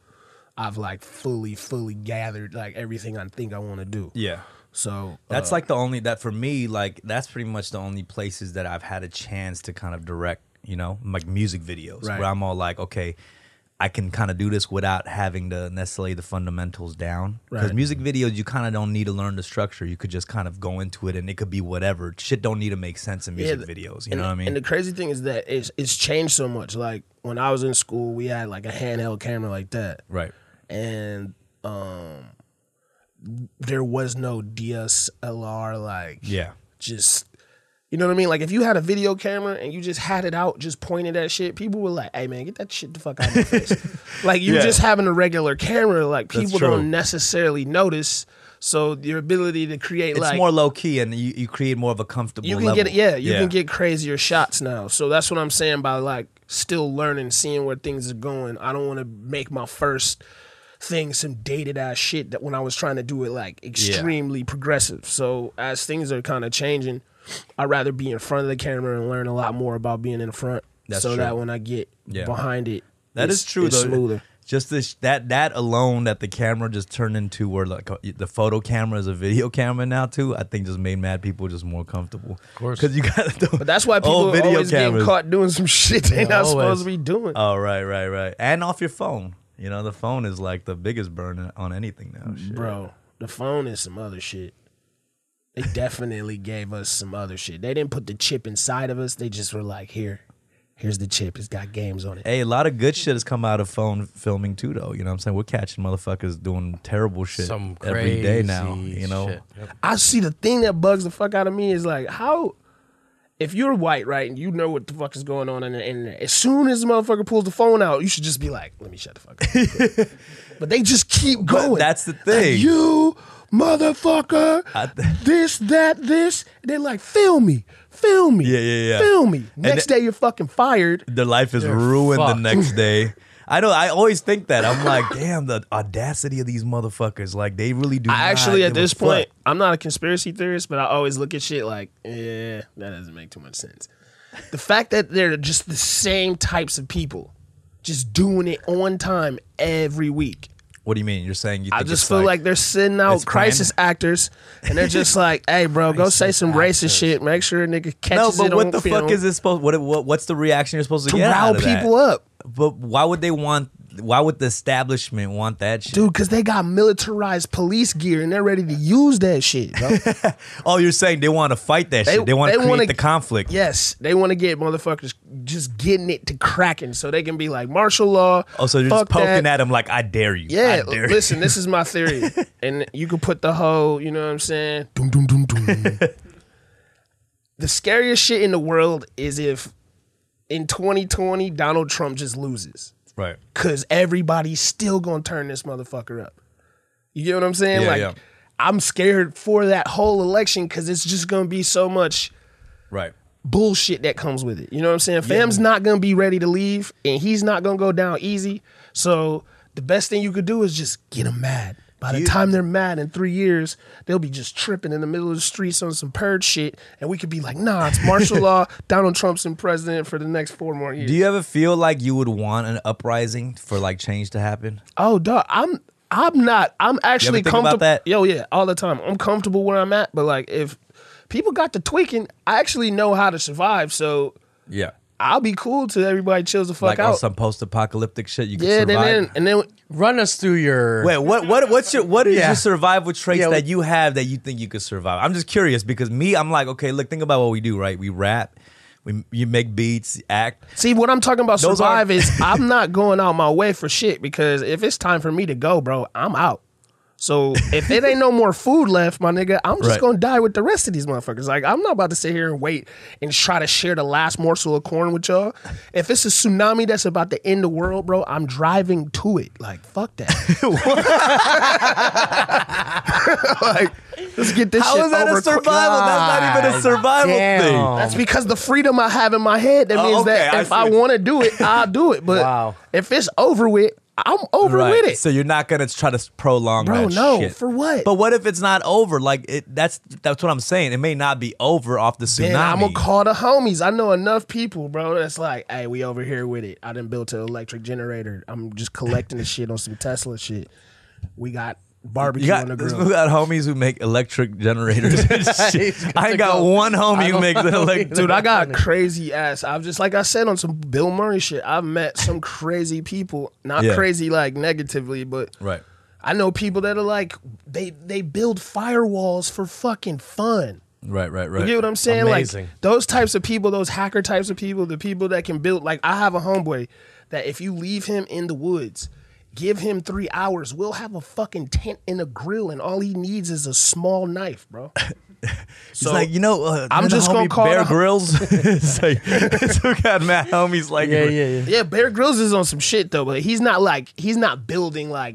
C: I've like fully, fully gathered like everything I think I want to do.
A: Yeah.
C: So uh,
A: That's like the only that for me, like that's pretty much the only places that I've had a chance to kind of direct, you know, like music videos
C: Right.
A: where I'm all like, okay, I can kind of do this without having to necessarily the fundamentals down. Because
C: Right.
A: music videos, you kind of don't need to learn the structure. You could just kind of go into it, and it could be whatever. Shit don't need to make sense in
C: Yeah,
A: music
C: the-
A: videos. You
C: and,
A: know what I mean?
C: And the crazy thing is that it's it's changed so much. Like when I was in school, we had like a handheld camera like that.
A: right.
C: and um there was no DSLR like
A: Yeah.
C: just you know what I mean? Like if you had a video camera and you just had it out, just pointed at shit, people were like, "Hey man, get that shit the fuck out of my face." like you
A: Yeah.
C: just having a regular camera, like
A: That's
C: people
A: true.
C: don't necessarily notice. So your ability to create
A: It's
C: like
A: more low key, and you, you create more of a comfortable.
C: you can
A: level.
C: get yeah you can get crazier shots now so that's what i'm saying by like still learning seeing where things are going i don't want to make my first thing some dated ass shit that when i was trying to do it like extremely progressive so as things are kind of changing i'd rather be in front of the camera and learn a lot more about being in front
A: That's
C: so
A: true.
C: that when i get
A: Yeah.
C: behind it
A: That
C: it's-
A: is true
C: it's
A: though.
C: smoother
A: Just this that that alone that the camera just turned into where like a- the photo camera is a video camera now too. I think just made mad people just more comfortable. Of
B: course.
A: because you got
C: but that's why people are always getting caught doing some shit they're not
B: always.
C: supposed to be doing
A: Oh right, right, right, and off your phone. You know the phone is like the biggest burn on anything now. Shit.
C: Bro, the phone is some other shit. They definitely gave us some other shit. They didn't put the chip inside of us. They just were like, here, here's the chip. It's got games on it.
A: Hey, a lot of good shit has come out of phone filming too, though. You know what I'm saying? We're catching motherfuckers doing terrible shit
B: Some
A: every day now.
B: crazy
A: You know,
B: shit. Yep.
C: I see the thing that bugs the fuck out of me is like, how, if you're white, right, and you know what the fuck is going on in the internet, as soon as the motherfucker pulls the phone out, you should just be like, let me shut the fuck up. real quick. but they just keep going.
A: that's the thing.
C: you motherfucker.
A: I th-
C: this, that, this. And they're like, film me, film me,
A: Yeah, yeah, yeah.
C: film me. Next day you're fucking fired.
A: their life is ruined
B: fucked.
A: the next day. I know. I always think that. I'm like, damn, the audacity of these motherfuckers. Like, they really do.
C: I
A: not
C: actually, at
A: give a
C: this
A: fuck.
C: point, I'm not a conspiracy theorist, but I always look at shit like, yeah, that doesn't make too much sense. The fact that they're just the same types of people, just doing it on time every week.
A: What do you mean? You're saying you? Think
C: I just
A: it's
C: feel like, they're sending out
A: it's planned.
C: crisis actors, and they're just like, "Hey, bro, go say some racist shit. Make sure a nigga
A: no,
C: catches
A: but
C: it on
A: what the
C: film
A: fuck is this supposed? What, what what's the reaction you're supposed to,
C: to
A: get
C: rile
A: out of
C: people
A: that?
C: up,
A: But why would they want? Why would the establishment want that shit?
C: dude? Because they got militarized police gear and they're ready to use that shit, bro.
A: Oh, you're saying they want to fight that shit? They want to
C: they
A: create
C: wanna-
A: the conflict.
C: yes, they want to get motherfuckers just getting it to cracking, so they can be like martial law.
A: Oh, so you're just
C: fuck
A: poking
C: that.
A: at them like I dare you.
C: Yeah,
A: I dare you.
C: listen, this is my theory. and you can put the whole, you know what I'm saying? Doom, doom, doom, doom. the scariest shit in the world is if in 2020 Donald Trump just loses.
A: Right.
C: Cause everybody's still gonna turn this motherfucker up. You get what I'm saying?
A: Yeah,
C: like
A: yeah.
C: I'm scared for that whole election because it's just gonna be so much
A: Right.
C: bullshit that comes with it. You know what I'm saying? Fam's not gonna be ready to leave, and he's not gonna go down easy. So the best thing you could do is just get them mad. By the time they're mad in three years, they'll be just tripping in the middle of the streets on some purge shit, and we could be like, "Nah, it's martial law. Donald Trump's in president for the next four more years."
A: Do you ever feel like you would want an uprising for like change to happen?
C: oh, dog, I'm I'm not. I'm actually
A: think about
C: comfortable.
A: that?
C: Yo, yeah, all the time. I'm comfortable where I'm at, but like if people got to tweaking. I actually know how to survive, so
A: Yeah.
C: I'll be cool till everybody chills the fuck
A: like on
C: out.
A: some post-apocalyptic shit, you can
C: yeah, and
A: survive.
C: then and then
B: Run us through your.
A: Wait, what? What? What's your? What is
B: Yeah.
A: your survival traits
B: Yeah,
A: that
B: wh-
A: you have that you think you could survive? I'm just curious because me, I'm like, okay, look, think about what we do, right? We rap, we you make beats, act.
C: See, what I'm talking about
A: Those
C: survive
A: are-
C: is I'm not going out my way for shit because if it's time for me to go, bro, I'm out. So if it ain't no more food left, my nigga, I'm just
A: Right.
C: gonna die with the rest of these motherfuckers. Like I'm not about to sit here and wait and try to share the last morsel of corn with y'all. If it's a tsunami that's about to end the world, bro, I'm driving to it. Like fuck that. like let's get this shit
A: How is that
C: over
A: a survival? That's not even a survival
B: damn.
A: thing.
C: that's because the freedom I have in my head. That
A: Oh,
C: means that
A: okay, I
C: if
A: see
C: I
A: what-
C: want to do it, I'll do it. But
B: Wow.
C: if it's over with, I'm over
A: Right.
C: with it.
A: So you're not gonna try to prolong
C: Bro,
A: that
C: no,
A: shit.
C: for what?
A: But what if it's not over? Like it, that's that's what I'm saying. It may not be over off the tsunami.
C: and I'm gonna call the homies. I know enough people, bro. That's like, hey, we over here with it. I done built an electric generator. I'm just collecting the shit on some Tesla shit. We got barbecue
A: you got,
C: on the
A: we
C: grill.
A: got homies who make electric generators. and shit.
B: He's
A: I ain't
B: gonna
A: got
B: go-
A: one homie who
B: don't
A: makes an
B: know
A: electric.
B: either.
C: Dude, I got crazy ass. I've just like I said on some Bill Murray shit. I've met some crazy people. Not
A: Yeah.
C: crazy like negatively, but
A: Right.
C: I know people that are like they they build firewalls for fucking fun.
A: Right. Right.
C: You
A: Right.
C: get what I'm saying?
B: Amazing.
C: Like those types of people, those hacker types of people, the people that can build. Like I have a homeboy that if you leave him in the woods, give him three hours, we'll have a fucking tent and a grill, and all he needs is a small knife, bro.
A: It's like you know, uh,
C: I'm
A: remember
C: just
A: homie
C: gonna call
A: Bear
C: the-
A: Grylls. it's like it's we got mad homies like
B: Yeah, yeah, yeah.
C: Yeah, Bear Grylls is on some shit though, but he's not like he's not building like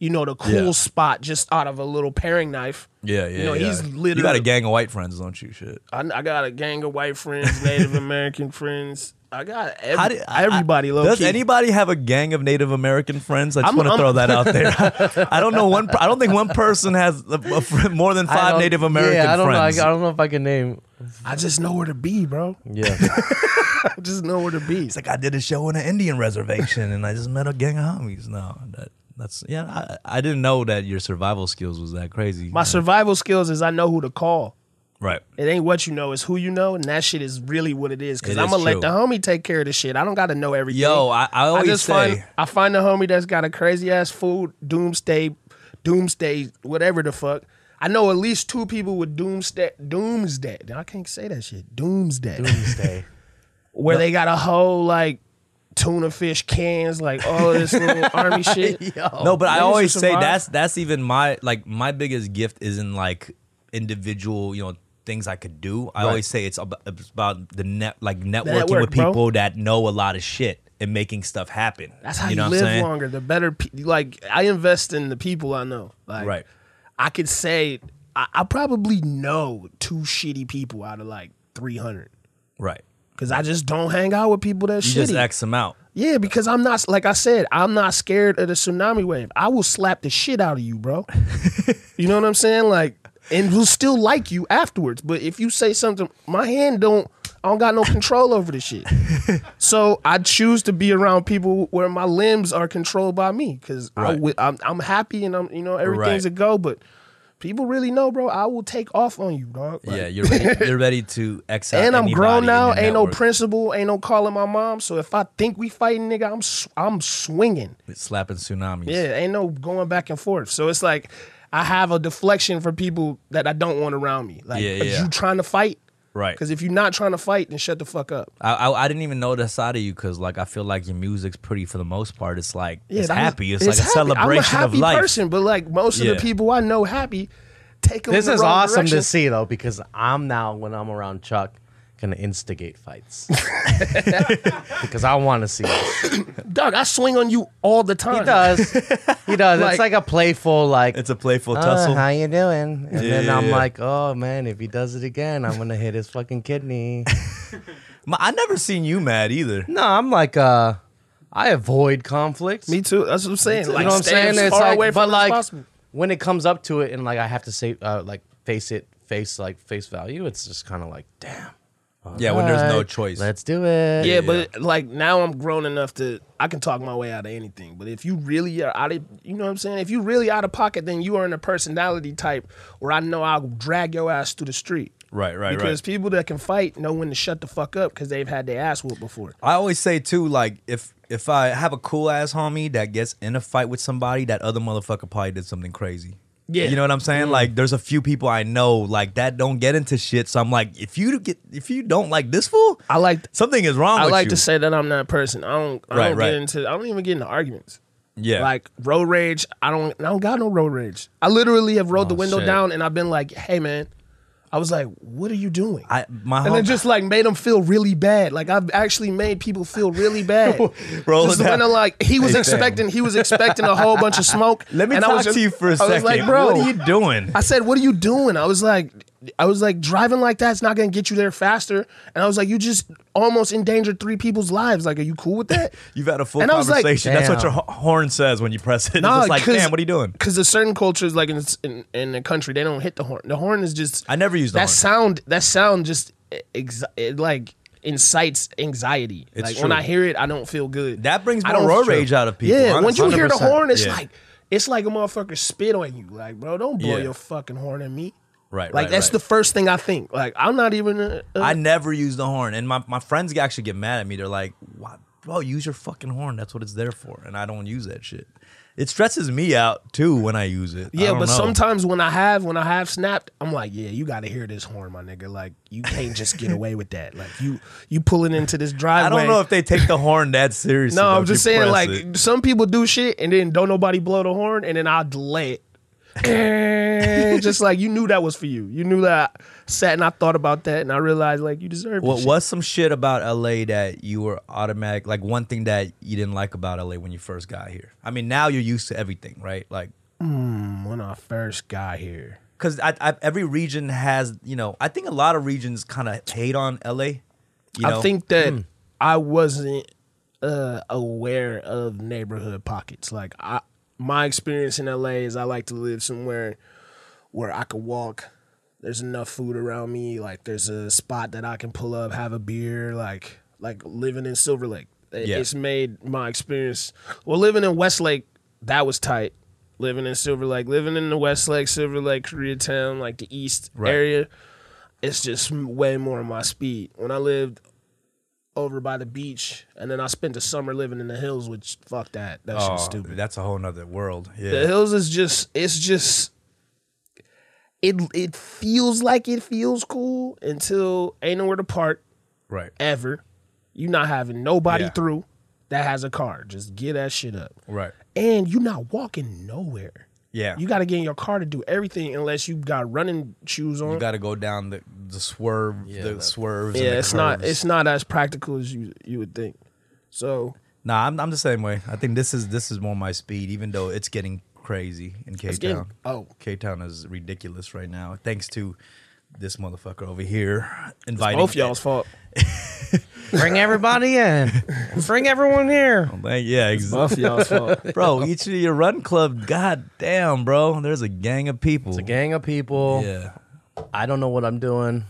C: you know the cool
A: Yeah.
C: spot just out of a little paring knife.
A: yeah, yeah.
C: You know,
A: yeah.
C: he's
A: You got a
C: literally-
A: gang of white friends, don't you? Shit.
C: I, I got a gang of white friends, Native American friends. I got ev-
A: How did- I-
C: everybody.
A: I-
C: low
A: Does
C: key.
A: anybody have a gang of Native American friends? I just
C: I'm-
A: want to
C: I'm-
A: throw that out there. I don't know one. per- I don't think one person has a, a friend, more than
B: I
A: five
B: don't-
A: Native American
B: Yeah, I don't
A: friends.
B: know. I, I don't know if I can name.
C: I just know where to be, bro.
B: Yeah.
C: I just know where to be.
A: It's like I did a show on an Indian reservation and I just met a gang of homies. No, that, that's yeah. I, I didn't know that your survival skills was that crazy.
C: My survival skills is I know who to call.
A: right.
C: It ain't what you know, it's who you know, and that shit is really what it is. Cause
A: It
C: I'm
A: is
C: gonna let
A: true.
C: the homie take care of the shit. I don't gotta know everything.
A: Yo, I, I always
C: just
A: say.
C: find I find the homie that's got a crazy ass food doomsday, doomsday, whatever the fuck. I know at least two people with doomsday, doomsday. I can't say that shit. Doomsday,
B: Doomsday.
C: where they got a whole like tuna fish cans, like all this little army shit.
A: No, but I
C: Niggas
A: always
C: who
A: say
C: survive.
A: that's that's even my like my biggest gift isn't like individual, you know, things I could do. I always say it's about, it's about the net like networking
C: network,
A: with
C: bro.
A: people that know a lot of shit and making stuff happen.
C: That's how
A: you
C: you,
A: know what I'm
C: live
A: saying?
C: longer. The better, pe- like I invest in the people I know. Like,
A: Right.
C: I could say I, I probably know two shitty people out of like three hundred
A: Right.
C: because I just don't hang out with people that
A: You
C: shitty.
A: just X them out.
C: yeah, because I'm not like I said, I'm not scared of the tsunami wave. I will slap the shit out of you, bro. you know what I'm saying? Like, and we'll still like you afterwards. But if you say something, my hand don't. I don't got no control over the shit. So I choose to be around people where my limbs are controlled by me because
A: Right.
C: I'm, I'm happy and I'm you know everything's
A: Right.
C: a go. But people really know, bro. I will take off on you, dog. Like,
A: yeah, you're ready, you're ready to X out.
C: and I'm
A: anybody
C: grown
A: in
C: now.
A: your
C: Ain't no
A: network.
C: principle. Ain't no calling my mom. So if I think we fighting, nigga, I'm sw- I'm swinging.
A: slapping tsunamis.
C: Yeah, ain't no going back and forth. So it's like I have a deflection for people that I don't want around me. Like,
A: Yeah,
C: are
A: yeah.
C: you trying to fight?
A: Right.
C: Because if you're not trying to fight, then shut the fuck up.
A: I, I I didn't even know that side of you because like I feel like your music's pretty for the most part. It's like it's
C: that was-
A: happy. It's, like a
C: happy.
A: celebration
C: I'm a happy
A: of life.
C: person, but like most of
A: Yeah.
C: the people I know happy take them
B: this
C: in the
B: is
C: wrong
B: awesome
C: direction.
B: to see though because I'm now when I'm around Chuck gonna instigate fights because I want to see this.
C: Doug, I swing on you all the time.
B: He does. He does.
C: Like-
B: it's like a playful like.
A: It's a playful
B: "Oh,
A: tussle.
B: how you doing? And then
A: yeah,
B: I'm
A: yeah.
B: like, oh man, if he does it again, I'm gonna hit his fucking kidney.
A: My- I never seen you mad either.
B: No, I'm like, uh, I avoid conflicts.
C: Me too. That's what I'm saying.
B: You
C: Like,
B: know what I'm
C: stay
B: saying?
C: as
B: It's
C: far
B: like,
C: away
B: but
C: from it as
B: like
C: possible.
B: when it comes up to it, and like I have to say, uh, like face it, face like face value. It's just kind of like, damn.
A: Yeah, when there's no
B: alright,
A: choice.
B: Let's do it.
C: Yeah, but like now I'm grown enough to I can talk my way out of anything. But if you really are out of you know what I'm saying, if you really out of pocket, then you are in a personality type where I know I'll drag your ass through the street.
A: Right, right, right.
C: Because people that can fight know when to shut the fuck up because they've had their ass whooped before.
A: I always say too, like if if I have a cool ass homie that gets in a fight with somebody, that other motherfucker probably did something crazy.
C: Yeah. Mm.
A: you know what I'm saying. Like there's a few people I know like that don't get into shit. So I'm like, if you get if you don't like this fool,
C: I like
A: something is wrong.
C: I
A: with
C: like
A: you.
C: to say that I'm that person. I don't I
A: Right,
C: don't
A: right.
C: get into I don't even get into arguments.
A: yeah,
C: Like road rage, I don't I don't got no road rage. I literally have
A: Oh,
C: rolled the window
B: shit.
C: down and I've been like, "Hey man, I was like, what are you doing?"
A: I my
C: and
A: hom-
C: then just like made them feel really bad. Like I've actually made people feel really bad.
A: Roll
C: just
A: it
C: when
A: down.
C: I'm like he was
A: Hey, Sam.
C: expecting he was expecting a whole bunch of smoke.
A: let me
C: and I
A: talk
C: was just-
A: to you for a
C: I
A: second.
C: was like, bro,
A: what are you doing?
C: I said, "What are you doing?" I was like, I was like, driving like that's not gonna get you there faster. And I was like, you just almost endangered three people's lives. Like, are you cool with that?
A: You've had a full
C: And I was like,
A: conversation. That's what your
B: damn.
A: ho- horn says when you press it. it's just like, damn, what are you doing?
C: Because there's certain cultures, like in, in in the country, they don't hit the horn. The horn is just
A: I never used the
C: that
A: horn.
C: sound. That sound just ex- it like incites anxiety.
A: It's
C: like
A: true.
C: when I hear it, I don't feel good.
A: That brings
C: I
A: more
C: don't-
A: road rage out of people,
C: Yeah, once you hear the
A: 100%.
C: horn, it's
A: Yeah.
C: like it's like a motherfucker spit on you. Like, bro, don't blow
A: Yeah.
C: your fucking horn at me.
A: Right,
C: Like
A: right,
C: that's
A: right.
C: the first thing I think. Like I'm not even. A, a,
A: I never use the horn, and my, my friends actually get mad at me. They're like, "Why, bro? Use your fucking horn. That's what it's there for." And I don't use that shit. It stresses me out too when I use it. I
C: yeah,
A: don't
C: but
A: know.
C: sometimes when I have when I have snapped, I'm like, yeah, you got to hear this horn, my nigga. Like you can't just get away with that. Like you you pulling into this driveway.
A: I don't know if they take the horn that seriously.
C: no,
A: though,
C: I'm
A: if
C: just
A: you
C: saying
A: press
C: like
A: it.
C: some people do shit and then don't nobody blow the horn and then I'll delay it. And just like you knew that was for you. You knew that I sat and I thought about that and I realized like you deserve
A: What
C: this
A: was some shit about LA that you were automatic? Like one thing that you didn't like about LA when you first got here. I mean, now you're used to everything, right? Like
C: shit. when I first got here.
A: because I, I, every region has, you know, I think a lot of regions kind of hate on LA. You know?
C: I think that I wasn't uh, aware of neighborhood pockets. Like I, my experience in LA is I like to live somewhere where I could walk. There's enough food around me. Like there's a spot that I can pull up, have a beer. Like like living in Silver Lake, It-
A: Yeah.
C: it's made my experience. Well, living in Westlake, that was tight. Living in Silver Lake, living in the Westlake, Silver Lake, Koreatown, like the East
A: Right.
C: area, it's just m- way more my speed. When I lived over by the beach, and then I spent the summer living in the hills, which fuck that, that
A: Oh,
C: shit's stupid.
A: That's a whole nother world. Yeah.
C: The hills is just it's just it it feels like it feels cool until ain't nowhere to park
A: Right.
C: ever. You not having nobody
A: Yeah.
C: through that has a car. Just get that shit up.
A: Right.
C: And you not walking nowhere.
A: Yeah.
C: You gotta get in your car to do everything unless you got running shoes on.
A: You got to go down the the swerve, the
B: that-
A: swerves. and
C: yeah,
A: the
C: it's not
A: curves.
C: it's not as practical as you you would think. So
A: Nah, I'm, I'm the same way. I think this is this is more my speed, even though it's getting crazy in Cape
C: getting-
A: Town.
C: oh.
A: Cape Town is ridiculous right now, thanks to this motherfucker over here inviting
C: both y'all's fault.
B: Bring everybody in. Bring everyone here.
A: Like, yeah, exactly.
C: Both y'all's fault.
A: bro. Each of your run club, goddamn, bro. There's a gang of people.
B: It's a gang of people.
A: Yeah.
B: I don't know what I'm doing.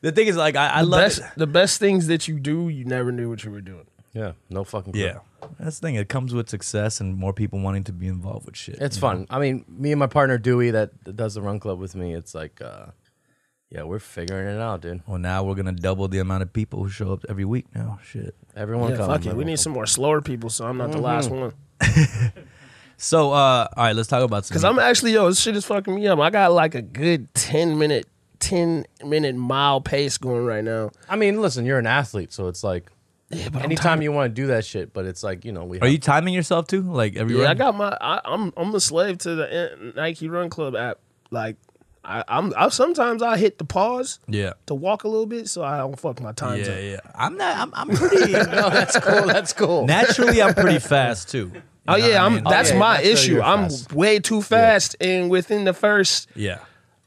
A: The thing is, like, I, I love
C: Best,
A: it.
C: the best things that you do, you never knew what you were doing.
B: Yeah, no fucking. clue.
A: Yeah, that's the thing. It comes with success and more people wanting to be involved with shit.
B: It's fun. I mean, me and my partner Dewey that that does the run club with me. It's like, uh, yeah, we're figuring it out, dude.
A: Well, now we're gonna double the amount of people who show up every week now. Shit.
B: Everyone
C: Yeah,
B: come.
C: fuck it. We need some more slower people, so I'm not the last
A: Mm-hmm.
C: one.
A: So, uh, all right, let's talk about some.
C: Cause I'm actually yo, this shit is fucking me up. I got like a good ten minute, ten minute mile pace going right now.
B: I mean, listen, you're an athlete, so it's like
C: Yeah, but
B: anytime you want to do that shit, but it's like you know we.
A: Are
B: have-
A: you timing yourself too? Like every
C: Yeah, I
A: run?
C: got my. I, I'm I'm a slave to the N- Nike Run Club app. Like, I, I'm I, sometimes I hit the pause
A: Yeah.
C: to walk a little bit, so I don't fuck my times
A: Yeah,
C: up.
A: yeah. I'm not. I'm, I'm pretty.
B: No, that's cool. That's cool.
A: naturally, I'm pretty fast too. You
C: Oh
A: know what
C: yeah,
A: I
C: I'm.
A: mean?
C: That's
B: yeah,
C: my
B: that's how
C: issue.
B: you're
C: I'm
B: fast.
C: way too fast, and within the first
A: yeah.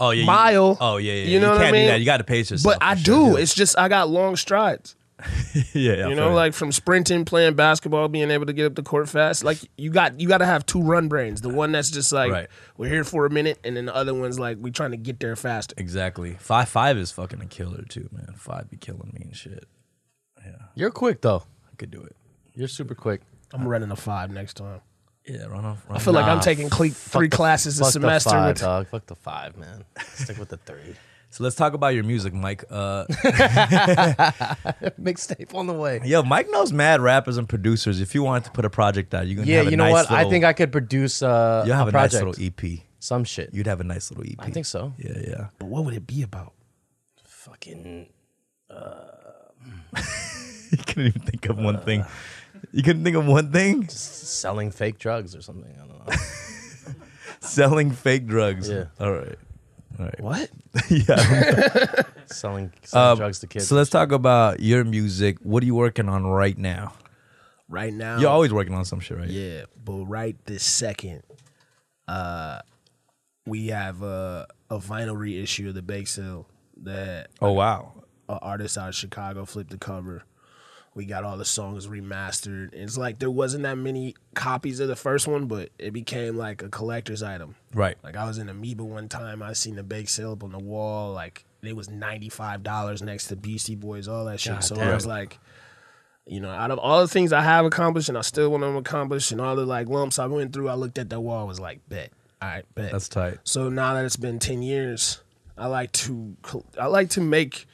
A: Oh yeah. you-
C: mile.
A: oh yeah, yeah.
C: You know what I
A: can't do
C: mean?
A: that. You got to pace yourself.
C: But I
A: for
C: do.
A: sure.
C: It's just I got long strides.
A: yeah, yeah. I feel
C: You know, like from sprinting, playing basketball, being able to get up the court fast. Like you got you got to have two run brains. The one that's just like
A: Right.
C: we're here for a minute, and then the other one's like we trying to get there faster.
A: exactly. Five five is fucking a killer too, man. Five be killing me and shit.
B: You're quick though.
A: I could do it.
B: You're super quick.
C: I'm running a five next time.
A: Yeah, run off. Run
C: I feel like
B: Nah,
C: I'm taking cle- three
B: the-
C: classes a
B: fuck
C: semester.
B: The five,
C: with,
B: dog. Fuck the five, man. Stick with the three.
A: So let's talk about your music, Mike. Uh,
B: Mixtape on the way.
A: yo, Mike knows mad rappers and producers. If you wanted to put a project out, you're gonna
B: Yeah,
A: have a
B: you know
A: nice
B: what? I
A: little-
B: think I could produce uh,
A: you'll have a, nice
B: project,
A: little e- EP.
B: some shit.
A: You'd have a nice little EP.
B: I think so.
A: Yeah, yeah.
C: But what would it be about?
B: Fucking
A: You couldn't even think of one
C: Uh.
A: thing. You couldn't think of one thing.
B: selling fake drugs or something. I don't know.
A: Selling fake drugs.
B: Yeah.
A: All right. All right.
C: What?
A: yeah.
B: selling selling drugs to kids.
A: Uh, So let's talk about your music. What are you working on right now?
C: Right now.
A: You're always working on some shit, right?
C: Um, Yeah, but right this second, uh, we have a, a vinyl reissue of the Bake Sale that
A: Oh wow.
C: an artist out of Chicago flipped the cover. We got all the songs remastered. It's like there wasn't that many copies of the first one, but it became like a collector's item.
A: Right.
C: Like I was in Amoeba one time, I seen the bake sale up on the wall, like it was ninety five dollars next to Beastie Boys, all that shit.
B: God
C: so
B: damn.
C: I was like, you know, out of all the things I have accomplished and I still want to accomplish and all the like lumps I went through, I looked at that wall, I was like, bet. All right, bet.
A: That's tight.
C: So now that it's been ten years, I like to col- I like to make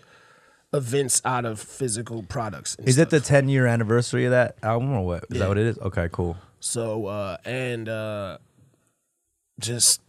C: events out of physical products. and
A: Is it the
C: stuff.
A: 10 year anniversary of that album or what? Is that
C: Yeah.
A: what it is? Okay, cool.
C: so uh and uh just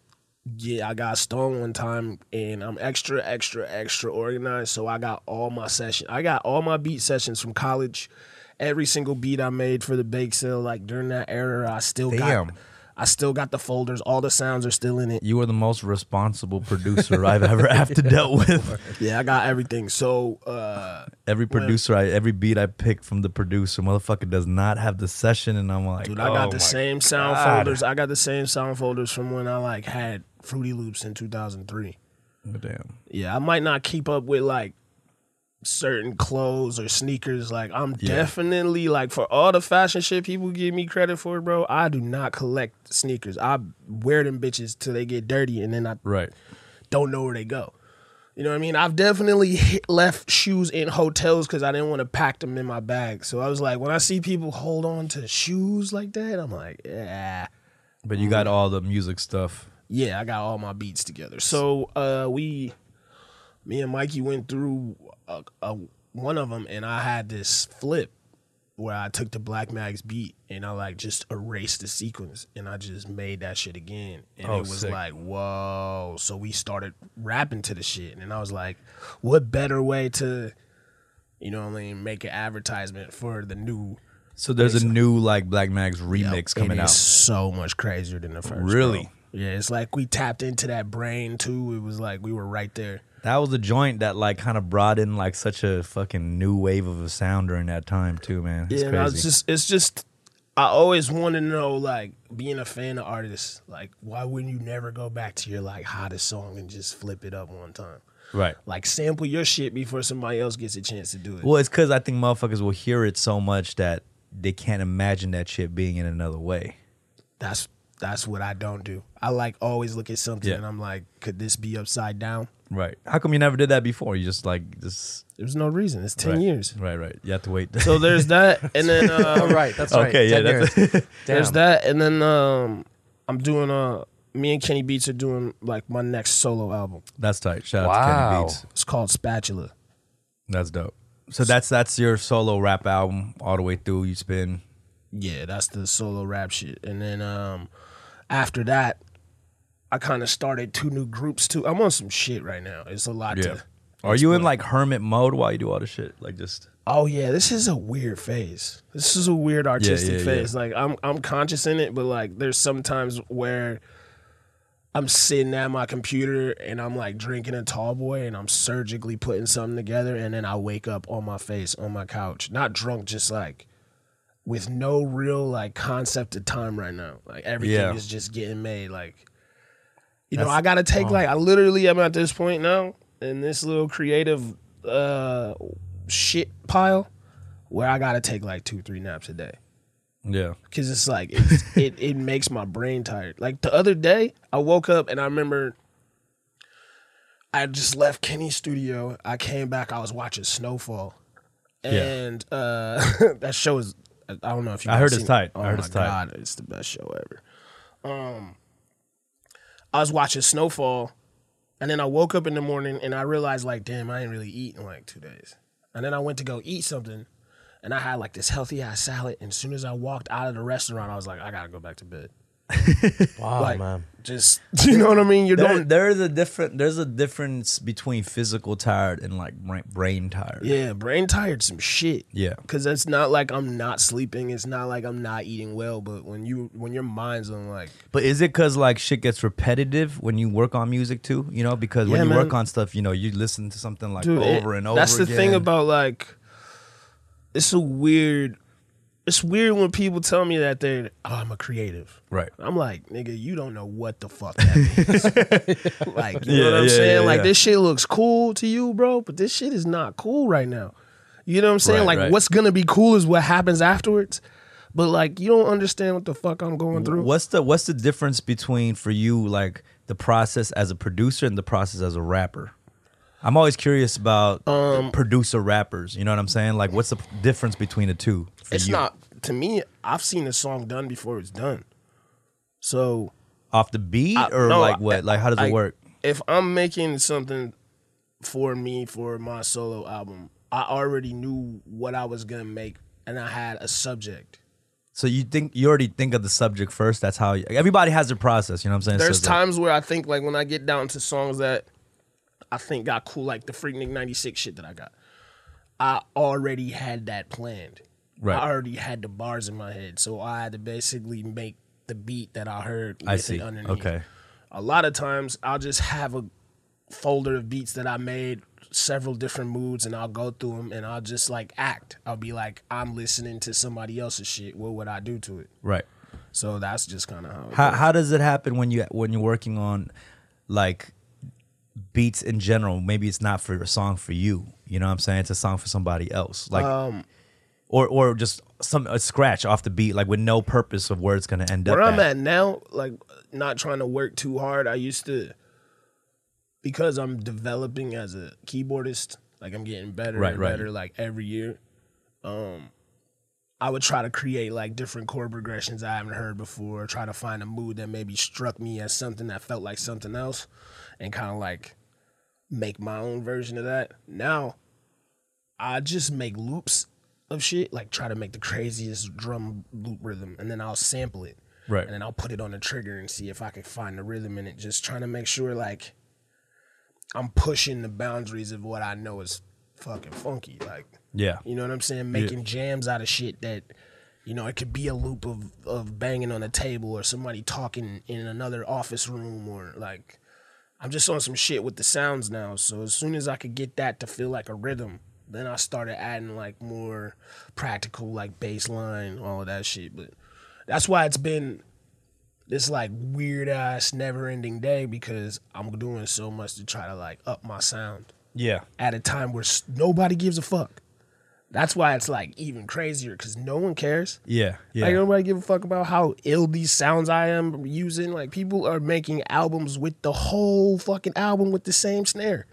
C: yeah, I got stoned one time and I'm extra extra extra organized, so I got all my session. I got all my beat sessions from college. Every single beat I made for the bake sale like during that era, I still
A: Damn.
C: got I still got the folders. All the sounds are still in it.
A: You are the most responsible producer I've ever have to dealt with.
C: Yeah, I got everything. So uh
A: Every producer, I every beat I pick from the producer, motherfucker does not have the session, and I'm like,
C: Dude, I got
A: oh
C: the
A: my-
C: same sound
A: God.
C: folders. I got the same sound folders from when I like had Fruity Loops in 2003.
A: Damn.
C: Yeah, I might not keep up with like certain clothes or sneakers. Like I'm
A: Yeah.
C: definitely like for all the fashion shit people give me credit for, bro. I do not collect sneakers. I wear them bitches till they get dirty and then I
A: Right.
C: don't know where they go. You know what I mean? I've definitely hit, left shoes in hotels because I didn't want to pack them in my bag. So I was like, when I see people hold on to shoes like that, I'm like, yeah,
A: But you
C: Mm.
A: got all the music stuff.
C: yeah, I got all my beats together. So uh, we, me and Mikey went through a, a, one of them, and I had this flip where I took the Black Mag's beat and I like just erased the sequence and I just made that shit again. And
A: Oh,
C: it was
A: sick.
C: like, whoa. So we started rapping to the shit. And I was like, what better way to, you know what I mean, make an advertisement for the new
A: So there's a new like Black Mag's remix coming
C: it is
A: out.
C: so much crazier than the first. bro.
A: Really?
C: Yeah, it's like we tapped into that brain too. It was like we were right there.
A: That was a joint that like kind of brought in like such a fucking new wave of a sound during that time too, man. It's
C: yeah, and I was
A: crazy.
C: just it's just I always want to know like being a fan of artists, like why wouldn't you never go back to your like hottest song and just flip it up one time?
A: right.
C: Like sample your shit before somebody else gets a chance to do it.
A: Well, it's because I think motherfuckers will hear it so much that they can't imagine that shit being in another way.
C: That's that's what I don't do. I like always look at something
A: Yeah.
C: and I'm like, could this be upside down?
A: Right. How come you never did that before? You just like just
C: There's no reason. It's ten
A: right.
C: years.
A: Right, right. You have to wait.
C: So there's that, and then um,
B: All Oh, right, that's right.
A: Okay, yeah,
B: 10
A: that's-
B: years.
C: There's
B: Damn.
C: that, and then um, I'm doing uh, me and Kenny Beats are doing like my next solo album.
A: that's tight. Shout out to
B: Wow.
A: Kenny Beats.
C: It's called Spatula.
A: That's dope. So that's that's your solo rap album all the way through. You spin.
C: Yeah, that's the solo rap shit. And then um, after that, I kind of started two new groups too. I'm on some shit right now. It's a lot.
A: Yeah.
C: To,
A: Are you in like hermit mode while you do all this shit? Like just
C: oh yeah, this is a weird phase. This is a weird artistic
A: yeah.
C: phase. Like I'm I'm conscious in it, but like there's sometimes where. I'm sitting at my computer and I'm like drinking a tall boy and I'm surgically putting something together and then I wake up on my face on my couch. Not drunk, just like with no real like concept of time right now. Like everything
A: Yeah.
C: is just getting made. Like you know, I gotta take like I literally am at this point now in this little creative uh shit pile where I gotta take like two, three naps a day
A: yeah.
C: because it's like it's, it it makes my brain tired. Like the other day, I woke up and I remember I just left Kenny's studio. I came back. I was watching Snowfall, and uh, that show is I I don't know if you.
A: I
C: guys
A: heard it's
C: seen it.
A: tight. I
C: Oh
A: heard
C: my
A: it's tight.
C: god, it's the best show ever. Um, I was watching Snowfall, And then I woke up in the morning and I realized like, damn, I ain't really eaten in like two days. And then I went to go eat something and I had like this healthy ass salad. And as soon as I walked out of the restaurant, I was like, I gotta go back to bed.
B: Wow,
C: like,
B: man.
C: Just you know what I mean? You're
A: There,
C: doing
A: there's a different. There's a difference between physical tired and like brain, brain tired.
C: Yeah, brain tired some shit.
A: Yeah.
C: Cause it's not like I'm not sleeping. It's not like I'm not eating well. But when you when your mind's on like
A: But is it because like shit gets repetitive when you work on music too? You know, because when
C: Yeah,
A: you
C: man.
A: work on stuff, you know, you listen to something like
C: Dude,
A: over
C: it-
A: and over.
C: That's the thing
A: again.
C: about like it's a weird it's weird when people tell me that they're oh, I'm a creative.
A: right.
C: I'm like, nigga, you don't know what the fuck that means. like, you
A: Yeah,
C: know what I'm
A: yeah, yeah,
C: saying? like
A: yeah.
C: this shit looks cool to you, bro, but this shit is not cool right now. You know what I'm saying?
A: Right,
C: like
A: right.
C: what's gonna be cool is what happens afterwards. But like you don't understand what the fuck I'm going through.
A: What's the What's the difference between for you like the process as a producer and the process as a rapper? I'm always curious about
C: Um,
A: producer rappers. You know what I'm saying? Like, what's the p- difference between the two? For
C: it's
A: you?
C: not to me, I've seen a song done before it's done. So
A: off the beat
C: I-
A: or
C: no,
A: like
C: I-
A: what? Like, how does
C: I-
A: it work?
C: If I'm making something for me for my solo album, I already knew what I was gonna make, and I had a subject.
A: So you think you already think of the subject first? That's how you, everybody has their process. You know what I'm saying? So
C: There's
A: it's like-
C: times where I think like when I get down to songs that I think got cool, like the Freaknik '96 shit that I got. I already had that planned.
A: Right.
C: I already had the bars in my head, so I had to basically make the beat that I heard. With
A: I see.
C: It underneath.
A: Okay.
C: a lot of times I'll just have a folder of beats that I made several different moods and I'll go through them and I'll just like act. I'll be like, I'm listening to somebody else's shit. What would I do to it?
A: right.
C: So that's just kind of how. it
A: How
C: goes.
A: how does it happen when you when you're working on like beats in general? Maybe it's not for a song for you. You know what I'm saying? It's a song for somebody else. Like
C: Um,
A: or or just some a scratch off the beat, like with no purpose of where it's gonna end
C: Where
A: up.
C: I'm at now, like not trying to work too hard. I used to because I'm developing as a keyboardist. Like I'm getting better
A: Right,
C: and
A: right.
C: better like every year. Um, I would try to create like different chord progressions I haven't heard before. Try to find a mood that maybe struck me as something that felt like something else, and kind of like make my own version of that. Now, I just make loops of shit. Like try to make the craziest drum loop rhythm, and then I'll sample it
A: Right.
C: and then I'll put it on the trigger and see if I can find the rhythm in it. Just trying to make sure like I'm pushing the boundaries of what I know is fucking funky. Like
A: Yeah.
C: you know what I'm saying? Making jams out of shit that you know it could be a loop of of banging on a table or somebody talking in another office room or like I'm just on some shit with the sounds now. So as soon as I could get that to feel like a rhythm. Then I started adding like more practical, like bass line, all of that shit. But that's why it's been this like weird ass never ending day because I'm doing so much to try to like up my sound
A: Yeah.
C: at a time where s- nobody gives a fuck. That's why it's like even crazier because no one cares.
A: Yeah. Yeah.
C: Like nobody give a fuck about how ill these sounds I am using. Like people are making albums with the whole fucking album with the same snare,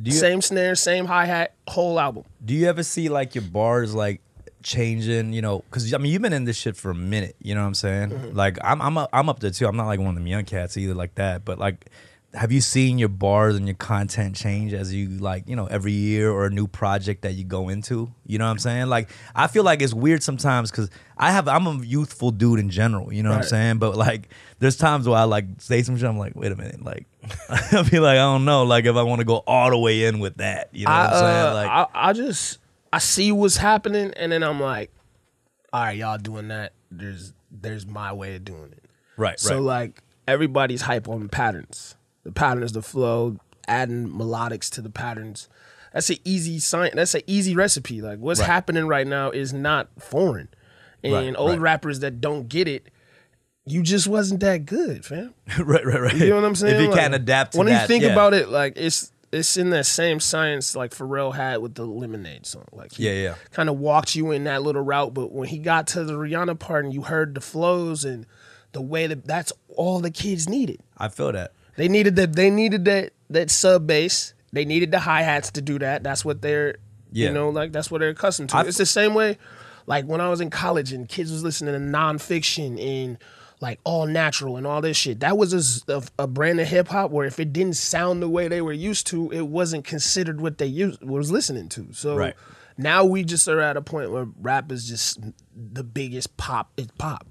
A: Do you-
C: same snare, same hi hat, whole album.
A: Do you ever see like your bars like changing? You know, because I mean you've been in this shit for a minute. You know what I'm saying?
C: Mm-hmm.
A: Like I'm I'm a, I'm up there too. I'm not like one of them young cats either like that. But like, have you seen your bars and your content change as you like you know every year or a new project that you go into? You know what I'm saying? Like I feel like it's weird sometimes because I have I'm a youthful dude in general. You know what I'm
C: Right.
A: saying? But like there's times where I like say some shit. I'm like, wait a minute, like. I'll be like, I don't know, like if I want to go all the way in with that, you know what I'm saying? Like,
C: I, I just I see what's happening, and then I'm like, all right, y'all doing that. There's there's my way of doing it.
A: right,
C: So like everybody's hype on patterns. The patterns, the flow, adding melodics to the patterns. That's an easy sign. That's an easy recipe. Like what's
A: Right.
C: happening right now is not foreign, and
A: Right,
C: old
A: right.
C: rappers that don't get it. You just wasn't that good, fam.
A: right, right, right.
C: You know what I'm saying?
A: If you
C: Like,
A: can't adapt to
C: when
A: that,
C: you think
A: yeah.
C: about it, like it's it's in that same science like Pharrell had with the Lemonade song. Like he
A: Yeah, yeah.
C: kind of walked you in that little route, but when he got to the Rihanna part and you heard the flows and the way that that's all the kids needed.
A: I feel that.
C: They needed that. They needed that that sub bass. They needed the hi hats to do that. That's what they're,
A: Yeah.
C: you know, like that's what they're accustomed to.
A: I've-
C: it's the same way, like when I was in college and kids was listening to nonfiction and like all natural and all this shit. That was a s- a, a brand of hip hop where if it didn't sound the way they were used to, it wasn't considered what they used, was listening to. So
A: Right.
C: now we just are at a point where rap is just the biggest pop. It's pop.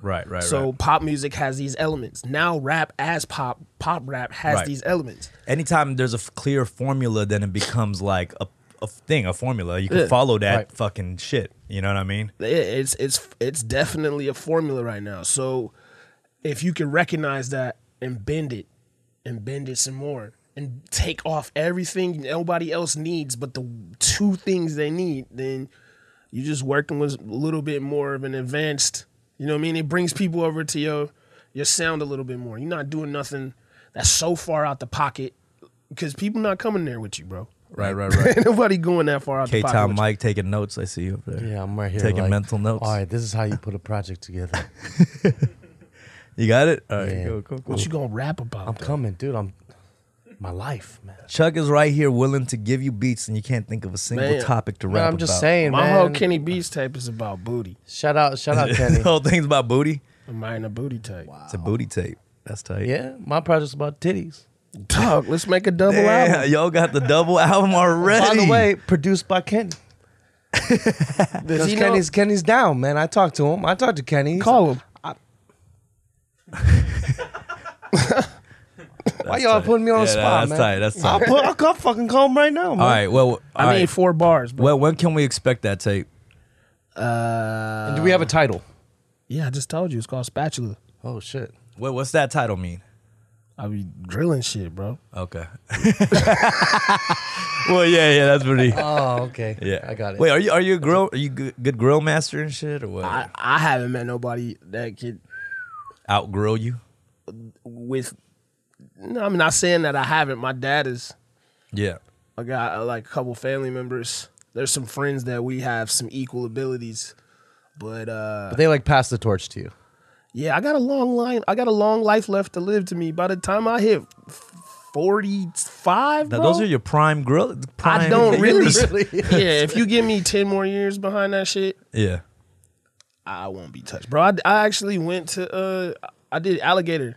A: Right, right,
C: So
A: right.
C: pop music has these elements. Now rap as pop, pop rap has
A: Right.
C: these elements.
A: Anytime there's a f- clear formula, then it becomes like a, a thing, a formula. You can follow that
B: Right.
A: fucking shit. You know what I mean?
C: It- It's it's it's definitely a formula right now. So if you can recognize that and bend it and bend it some more and take off everything nobody else needs but the two things they need, then you're just working with a little bit more of an advanced, you know what I mean? It brings people over to your your sound a little bit more. You're not doing nothing that's so far out the pocket because people not coming there with you, bro.
A: Right, right, right.
C: Nobody going that far out
A: K
C: the pocket.
A: Town
C: with you.
A: Mike taking notes. I see you up there.
B: Yeah, I'm right here.
A: Taking
B: like,
A: mental notes.
B: All right, this is how you put a project together.
A: You got it? All right,
B: Yeah.
A: cool, cool, cool.
C: What you gonna rap about?
B: I'm
C: though?
B: coming, dude. I'm my life, man.
A: Chuck is right here willing to give you beats, and you can't think of a single
C: Man.
A: topic to
B: Man,
A: rap
B: I'm just
A: about.
B: saying,
C: My
B: man.
C: whole Kenny Beats tape is about booty.
B: shout out, shout out,
A: the
B: Kenny.
A: whole thing's about booty.
C: I'm writing a booty tape.
A: It's a booty tape. That's tight.
B: Yeah, my project's about titties.
C: Dog, let's make a double
A: Damn,
C: album.
A: y'all got the double album already.
B: By the way, produced by Kenny.
C: Does
B: Because
C: he know-
B: Kenny's Kenny's down, man. I talked to him. I talked to Kenny. He's
C: call him?
B: like, Why y'all putting me on
A: Yeah,
B: the
A: that's
B: spot, man?
A: tight, that's
B: I'll
A: tight.
B: put. I'll call, fucking call him right now, man.
A: all right. Well, all
C: I need
A: right.
C: four bars, but
A: well, when can we expect that tape?
B: And do we have a title?
C: Uh, yeah, I just told you it's called spatula.
B: Oh shit.
A: Wait, what's that title mean?
C: I be drilling shit, bro.
A: Okay. well, yeah, yeah, that's pretty.
B: Oh, okay.
A: Yeah,
B: I got it.
A: Wait, are you are you a grill? Are you good, good grill master and shit, or what?
C: I, I haven't met nobody that could
A: Outgrill you?
C: with. No, I'm not saying that I haven't. My dad is.
A: Yeah.
C: I got uh, like a couple family members. There's some friends that we have some equal abilities, but uh,
B: But they like pass the torch to you.
C: Yeah, I got a long line. I got a long life left to live to me. By the time I hit forty-five,
A: Now
C: bro,
A: those are your prime grill. Prime
C: I don't really.
A: years.
B: Really is.
C: yeah, if you give me ten more years behind that shit,
A: Yeah.
C: I won't be touched, bro. I, I actually went to uh, I did alligator,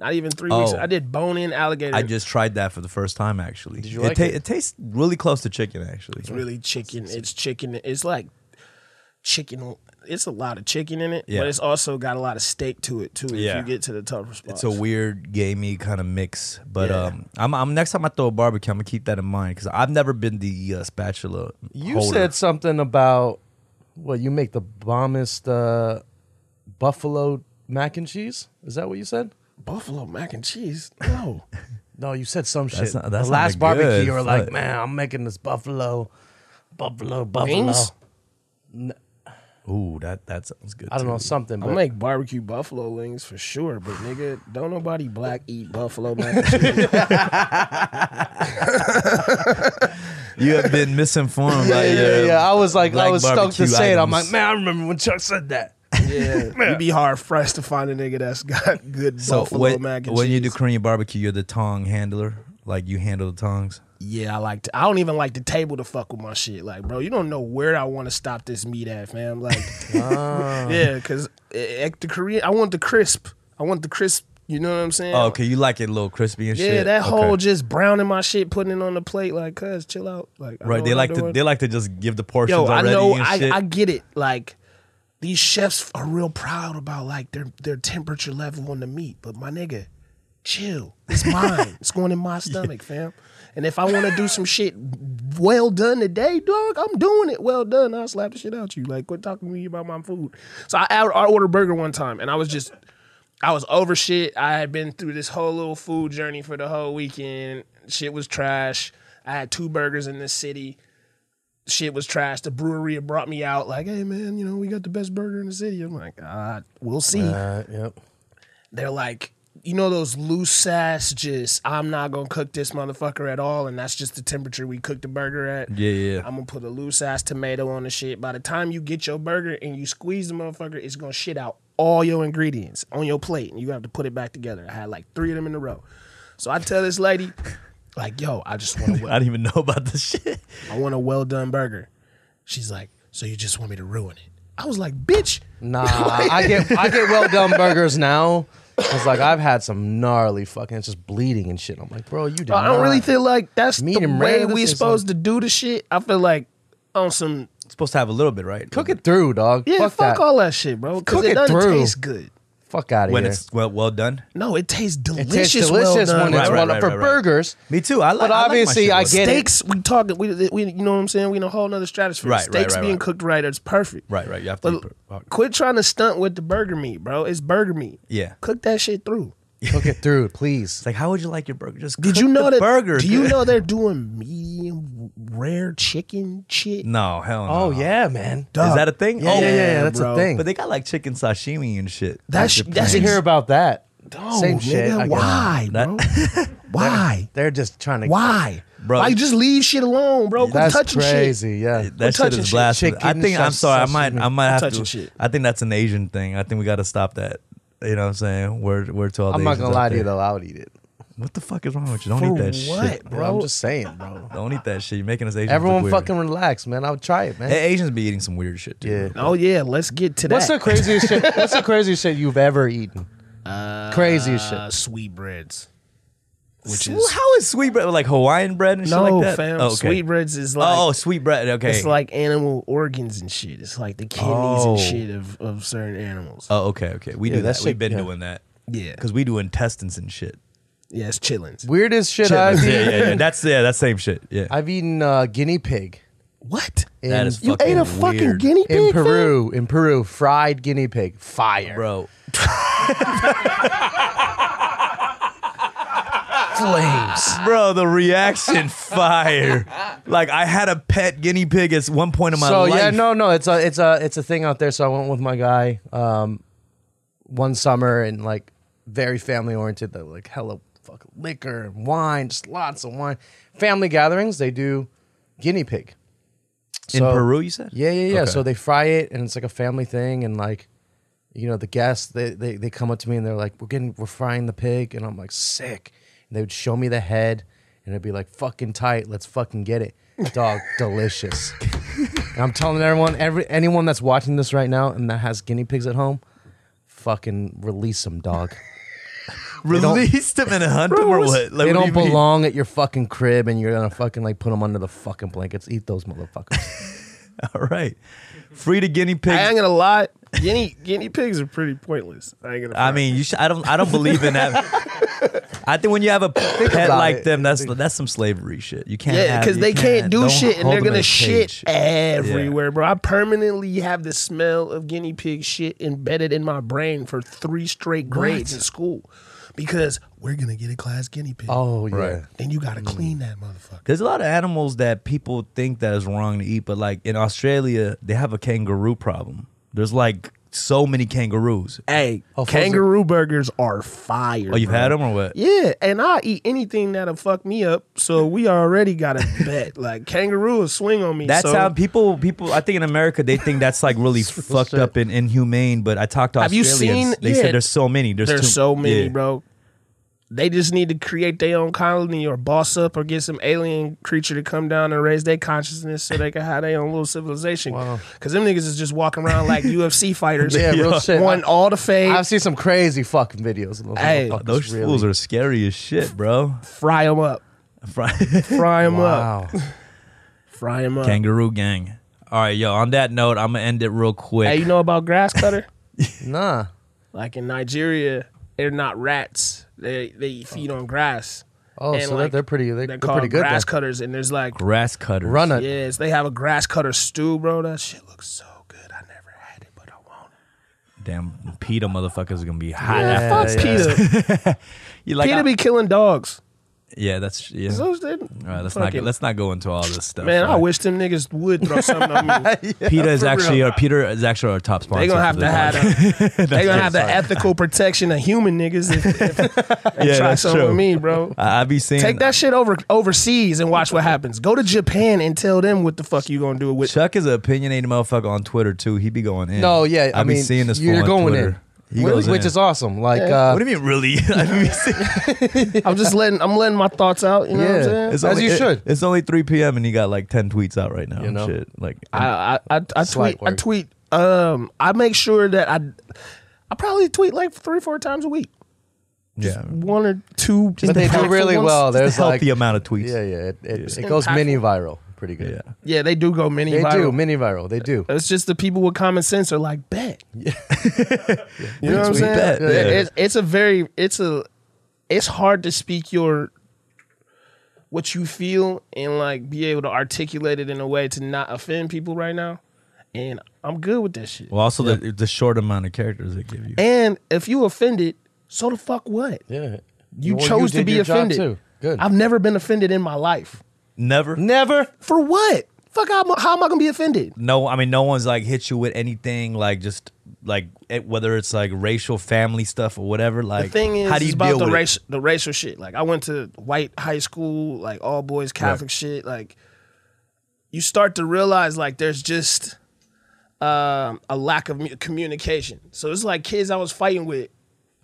C: not even three weeks.
A: Oh.
C: I did bone in alligator.
A: I just tried that for the first time actually. Did
B: you
A: it,
B: like it?
A: it tastes really close to chicken actually.
C: It's really chicken. It's chicken. It's like chicken. It's a lot of chicken in it,
A: Yeah.
C: but it's also got a lot of steak to it too.
A: Yeah.
C: If you get to the tougher
A: It's
C: spots,
A: a weird gamey kind of mix, but
C: Yeah.
A: um, I'm, I'm next time I throw a barbecue, I'm gonna keep that in mind because I've never been the uh, spatula.
B: You
A: holder.
B: said something about what you make the bombest uh, buffalo mac and cheese. Is that what you said?
C: buffalo mac and cheese. No.
B: No, you said some shit.
A: not- that's
B: the
A: not
B: last
A: a
B: barbecue,
A: good
B: you were like,
A: foot.
B: "Man, I'm making this buffalo, buffalo, buffalo."
C: Wings?
A: "Ooh, that that sounds good."
B: I don't know
A: too.
B: something,
C: I
B: but
C: make barbecue buffalo wings for sure, but nigga, don't nobody black eat buffalo mac and cheese.
A: You have been misinformed.
B: yeah,
A: by
B: yeah,
A: your
B: yeah. I was like, I
A: black
B: was stoked to
A: barbecue
B: say it. I'm
A: items.
B: like, man, I remember when Chuck said that.
C: yeah, you'd be hard pressed to find a nigga that's got good
A: So
C: buffalo
A: when,
C: mac and
A: when
C: cheese.
A: you do Korean barbecue, you're the tong handler, like you handle the tongs.
C: yeah, I like. To, I don't even like the table to fuck with my shit. Like, bro, you don't know where I want to stop this meat at, fam. Like,
A: Ah.
C: yeah, because the Korean, I want the crisp. I want the crisp. You know what I'm saying?
A: Oh, okay, you like it a little crispy and
C: Yeah,
A: shit.
C: that
A: Okay.
C: whole just browning my shit, putting it on the plate, like, cuz, chill out. Like, I know
A: right. They
C: what
A: like
C: I'm
A: to
C: doing.
A: they like to just give the portions
C: Yo, I
A: already
C: know,
A: and
C: I,
A: shit.
C: I get it. Like these chefs are real proud about like their their temperature level on the meat, but my nigga, chill. It's mine. it's going in my stomach, fam. And if I want to do some shit well done today, dog, I'm doing it well done. I'll slap the shit out you. Like, quit talking to me about my food. So I, I ordered burger one time, and I was just. I was over shit. I had been through this whole little food journey for the whole weekend. Shit was trash. I had two burgers in this city. Shit was trash. The brewery had brought me out like, hey man, you know we got the best burger in the city. I'm like, ah, we'll see.
B: Uh, yep.
C: They're like, you know those loose ass, just I'm not gonna cook this motherfucker at all, and that's just the temperature we cook the burger at.
A: yeah, yeah.
C: I'm gonna put a loose ass tomato on the shit. By the time you get your burger and you squeeze the motherfucker, it's gonna shit out all your ingredients on your plate, and you have to put it back together. I had like three of them in a row. So I tell this lady, like, yo, I just want a,
A: I
C: well-
A: didn't even know about this shit.
C: I want a well done burger. She's like, so you just want me to ruin it? I was like, bitch.
B: Nah, I get I get well done burgers now. It's like I've had some gnarly fucking, it's just bleeding and shit. I'm like, bro, you did.
C: I don't
B: not-
C: really feel like that's
B: Medium
C: the
B: rare,
C: way
B: this
C: we
B: is
C: supposed to do the shit. I feel like on some
A: supposed to have a little bit, right?
B: cook it through, dog.
C: yeah,
B: fuck,
C: fuck,
B: that.
C: all that shit, bro. Because
B: Cook
C: it
B: it
C: doesn't
B: through.
C: taste good.
B: Fuck out of
A: when
B: here.
A: it's well well done.
C: No, it tastes delicious.
B: it tastes delicious
C: well done.
B: when it's
A: Right,
B: well
A: right,
B: for
A: right, right.
B: burgers.
A: Me too. I like.
B: But
A: I
B: obviously,
A: like my
B: I
A: shit
B: get it.
C: steaks. We talking. We, we you know what I'm saying. We in a whole nother stratosphere.
A: Right, right,
C: steaks
A: right,
C: being
A: right.
C: cooked right, it's perfect.
A: Right, right. You have to.
C: But
A: eat per- per-
C: quit trying to stunt with the burger meat, bro. It's burger meat.
A: Yeah.
C: Cook that shit through.
B: Cook it through, please.
A: It's like, how would you like your burger? Just
C: Did
A: cook
C: you know
A: the
C: that?
A: burger?
C: do you
A: good.
C: know they're doing medium rare chicken shit?
A: No, hell no.
B: Oh yeah, man.
A: Is that a thing?
B: Yeah,
A: oh,
B: yeah, yeah, yeah, that's a
C: bro.
B: thing.
A: But they got like chicken sashimi and shit.
C: That's
A: Like,
C: that's
B: You hear about that?
C: No,
B: Same
C: nigga,
B: shit. I guess.
C: Why,
A: That-
C: bro? Why?
B: They're just trying to.
C: Why?
A: Bro.
C: Why you just leave shit alone, bro? Quit
B: That's
C: touching shit.
B: crazy. Yeah.
A: that shit
C: touching
A: is
C: shit.
A: blasphemy. I
B: Chicken
A: think I'm
B: sash-
A: sorry. I might I might have
C: touching
A: to.
C: shit.
A: I think that's an Asian thing. I think we got to stop that. You know what I'm saying? Word word to all. the
B: I'm not
A: Asians out
B: gonna lie to you
A: there.
B: though. I would eat it.
A: What the fuck is wrong with you? Don't
C: For
A: eat that
C: what,
A: shit.
B: Bro,
C: Bro.
B: I'm just saying, bro.
A: Don't eat that shit. You're making us Asians. look
B: Everyone
A: weird.
B: fucking relax, man. I would try it, man.
A: A- Asians be eating some weird shit too.
B: yeah.
C: Oh yeah, let's get to
B: What's the
C: that.
B: craziest shit? What's the craziest shit you've ever eaten? craziest
C: uh,
B: shit.
C: sweetbreads? Which
A: Well,
C: is
A: How is sweet bread like Hawaiian bread and shit
C: no,
A: like that?
C: fam.
A: Oh, okay.
C: Sweetbreads is like
A: oh, oh, sweet bread. Okay.
C: it's like animal organs and shit. It's like the kidneys
A: Oh.
C: and shit of, of certain animals.
A: oh, okay, okay. We
B: Yeah,
A: do
B: that
A: that. We've
B: shit-
A: been
B: yeah.
A: doing that
C: yeah,
A: because we do intestines and shit.
C: yeah, it's chillins.
B: Weirdest shit
A: Yeah,
B: I've
A: yeah,
B: eaten.
A: yeah, yeah. That's yeah, that same shit. Yeah.
B: I've eaten uh, guinea pig
C: What?
B: in,
A: That is
C: You
A: Fucking
C: ate a fucking
A: weird.
C: guinea pig,
B: in
C: fam?
B: Peru. In Peru, fried guinea pig, fire.
A: bro.
B: Flames.
A: Bro, the reaction fire. Like I had a pet guinea pig at one point in my
B: so
A: life.
B: yeah, no, no, it's a it's a it's a thing out there. So I went with my guy um, one summer and like very family oriented. They're like hella fuck liquor and wine, just lots of wine. Family gatherings, they do guinea pig.
A: in
B: So-
A: Peru, you said?
B: Yeah, yeah, yeah.
A: Okay.
B: So they fry it, and it's like a family thing, and like, you know, the guests they, they they come up to me and they're like, "We're getting we're frying the pig," and I'm like, "Sick!" And they would show me the head, and it'd be like, "Fucking tight, let's fucking get it, dog, delicious." And I'm telling everyone, every anyone that's watching this right now and that has guinea pigs at home, fucking release them, dog. don't-
A: Released him and hunt him or what? Like,
B: they
A: what do
B: don't
A: you mean?
B: belong at your fucking crib, and you're gonna fucking like put them under the fucking blankets. Eat those motherfuckers.
A: All right. Free to guinea pigs.
C: I ain't gonna lie. Guinea guinea pigs are pretty pointless. I ain't gonna.
A: I
C: front.
A: mean, you should. I don't. I don't believe in that. I think when you have a pet
B: about
A: like
B: it.
A: them, that's that's some slavery shit. You can't.
C: Yeah,
A: have-
C: because
A: you
C: they can't do
A: don't
C: shit and
A: hold
C: they're
A: them in
C: gonna
A: a
C: shit
A: cage.
C: everywhere, bro. I permanently have the smell of guinea pig shit embedded in my brain for three straight grades in school because we're gonna get a class guinea pig.
B: oh yeah.
A: Right.
C: Then you gotta
A: Mm.
C: clean that motherfucker.
A: There's a lot of animals that people think that is wrong to eat, but like in Australia, they have a kangaroo problem. There's like so many kangaroos.
C: Hey,
B: Oh, frozen-
C: kangaroo burgers are fire.
A: Oh, you've
C: bro.
A: had them or what?
C: Yeah, and I eat anything that'll fuck me up. So we already got a bet. Like kangaroo will swing on me.
A: That's
C: so-
A: how people. People, I think in America they think that's like really fucked up and inhumane. But I talked to
C: Have you
A: Australians.
C: seen-
A: They
C: yeah.
A: said there's so many. There's,
C: There's
A: too-
C: so many,
A: yeah.
C: bro. They just need to create their own colony or boss up or get some alien creature to come down and raise their consciousness so they can have their own little civilization.
B: Wow.
C: Cause them niggas is just walking around like UFC fighters.
B: Yeah, real shit.
C: Won all the
B: I've
C: fades,
B: seen some crazy fucking videos. Of those
C: Hey,
B: motherfuckers,
A: Those
B: really.
A: fools are scary as shit, bro.
C: fry them up,
A: Fri-
C: fry them up,
B: wow.
C: fry them up.
A: Kangaroo gang. All right, yo. On that note, I'm gonna end it real quick.
C: Hey, you know about grass cutter?
B: nah,
C: like in Nigeria, they're not rats. They they feed on grass.
B: Oh,
C: And,
B: so they're- they're pretty- they're-
C: they're
B: they're pretty
C: called
B: good
C: grass
B: then.
C: cutters, and there's like
A: Grass cutters.
B: run it.
C: Yes, they have a grass cutter stew, bro. That shit looks so good. I never had it, but I want it.
A: Damn, PETA motherfuckers are gonna be hot.
C: Yeah,
A: after
C: fuck PETA.
A: You like?
C: PETA be killing dogs.
A: yeah, that's yeah.
C: So
A: All
C: is that-
A: right, let's not
C: fucking-
A: let's not go into all this stuff.
C: Man, I
A: right?
C: wish them niggas would throw something on me.
A: PETA is actually our Peter is actually our top sponsor.
C: They gonna have
A: for
C: to
A: this
C: have the, they gonna have the ethical protection of human niggas if, if they
A: Yeah,
C: try
A: that's
C: something with
A: true.
C: me, bro.
A: I, I be seeing
C: Take that shit over overseas and watch what happens. Go to Japan and tell them what the fuck you gonna do with.
A: Chuck is an opinionated motherfucker on Twitter too. He be going in.
B: No, yeah. I,
A: I be
B: mean,
A: seeing this.
B: you're
A: fool on
B: going
A: Twitter.
B: in,
A: He
B: Really-
A: goes
B: which
A: in.
B: is awesome. Like,
A: What
B: uh,
A: do you mean, really? I mean,
C: I'm just letting I'm letting my thoughts out. You know what I'm
B: Yeah.
C: saying?
A: it's
B: As you
A: it-
B: should.
A: It's only 3 p.m. and he got like 10 tweets out right now.
B: You
A: and
B: know?
A: shit. Like,
C: I I I, I
B: Slight
C: tweet I
B: work.
C: tweet Um, I make sure that I, I probably tweet like three, four times a week.
A: Yeah.
C: One or two.
B: But they do
C: impactful
B: really
C: ones.
B: well. There's
A: There's a healthy
B: like,
A: amount of tweets.
B: yeah, yeah. It, it, it goes mini viral pretty good.
A: Yeah.
C: Yeah, they do go mini.
B: They do
C: viral.
B: mini viral. They do.
C: It's just the people with common sense are like bet. you know what I'm
A: We
C: saying?
A: bet,
C: Yeah,
A: yeah.
C: It's, it's a very it's a it's hard to speak your what you feel and like be able to articulate it in a way to not offend people right now. And I'm good with that shit.
A: Well, also the the short amount of characters they give you.
C: and if you offended, so the fuck what?
B: Yeah.
C: You
B: Well,
C: chose to
B: did
C: be
B: your job
C: offended.
B: too. Good.
C: I've never been offended in my life.
A: Never.
B: never.
C: For what? Fuck, how, am I- how am I gonna be offended?
A: No, I mean, no one's like hit you with anything like just like it, whether it's like racial, family stuff or whatever. Like,
C: the thing is,
A: how do you
C: it's about
A: deal
C: the
A: with it?
C: race, the racial shit. Like I went to white high school, like all boys Catholic shit. Like you start to realize like there's just um, a lack of mu- communication. So it's like kids I was fighting with,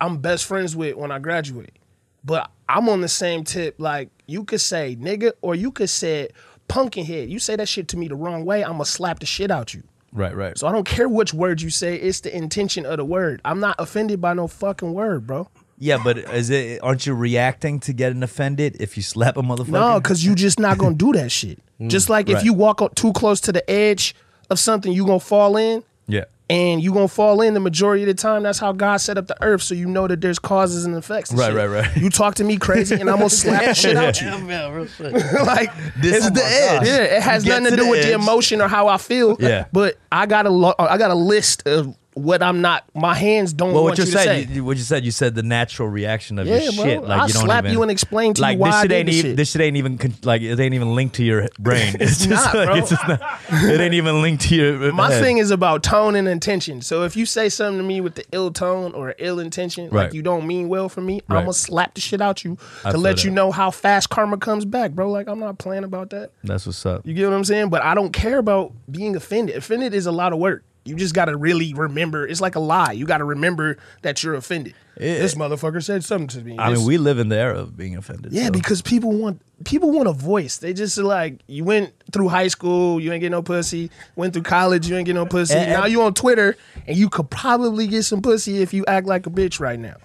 C: I'm best friends with when I graduate, but I'm on the same tip. Like you could say nigga, or you could say pumpkinhead. You say that shit to me the wrong way, I'ma slap the shit out you.
A: Right, right.
C: So I don't care which word you say. It's the intention of the word. I'm not offended by no fucking word, bro.
A: Yeah, but is it? Aren't you reacting to getting offended if you slap a motherfucker?
C: No, because you just not gonna do that shit. just like if
A: Mm, right.
C: you walk up too close to the edge of something, you gonna fall in,
A: Yeah.
C: and you gonna fall in the majority of the time. That's how God set up the earth, so you know that there's causes and effects. and
A: Right,
C: shit.
A: right, right.
C: You talk to me crazy, and I'm gonna slap the shit out you. like
A: This is the edge.
C: Yeah, it has
A: You get to
C: nothing to, do
A: the
C: with the
A: edge.
C: emotion or how I feel.
A: Yeah.
C: but I got a lo- I got a list of what I'm not. My hands don't
A: Well,
C: want
A: what you
C: you to say.
A: said, you, what you said, you said the natural reaction of
C: Yeah,
A: your
C: bro.
A: shit. Like
C: I'll
A: you don't
C: slap
A: even,
C: you and explain to you
A: like,
C: why
A: this
C: I
A: shit
C: did
A: ain't
C: this
A: e-
C: shit.
A: this shit ain't even con- like it ain't even linked to your brain. It's, just
C: not,
A: like,
C: bro.
A: it's just not, it ain't even linked to your.
C: My
A: head.
C: thing is about tone and intention. So if you say something to me with the ill tone or ill intention,
A: Right.
C: like you don't mean well for me,
A: Right.
C: I'm gonna slap the shit out you
A: I
C: to
A: feel
C: let you
A: that.
C: know how fast karma comes back, bro. Like I'm not playing about that.
A: That's what's up.
C: You get what I'm saying? But I don't care about being offended. Offended is a lot of work. You just gotta really remember. It's like a lie. You gotta remember that you're offended. this motherfucker said something to me.
A: I
C: This-
A: mean, we live in the era of being offended.
C: yeah,
A: so.
C: because people want people want a voice. They just are like you went through high school, you ain't get no pussy. Went through college, you ain't get no pussy.
A: And-
C: now you on Twitter, and you could probably get some pussy if you act like a bitch right now.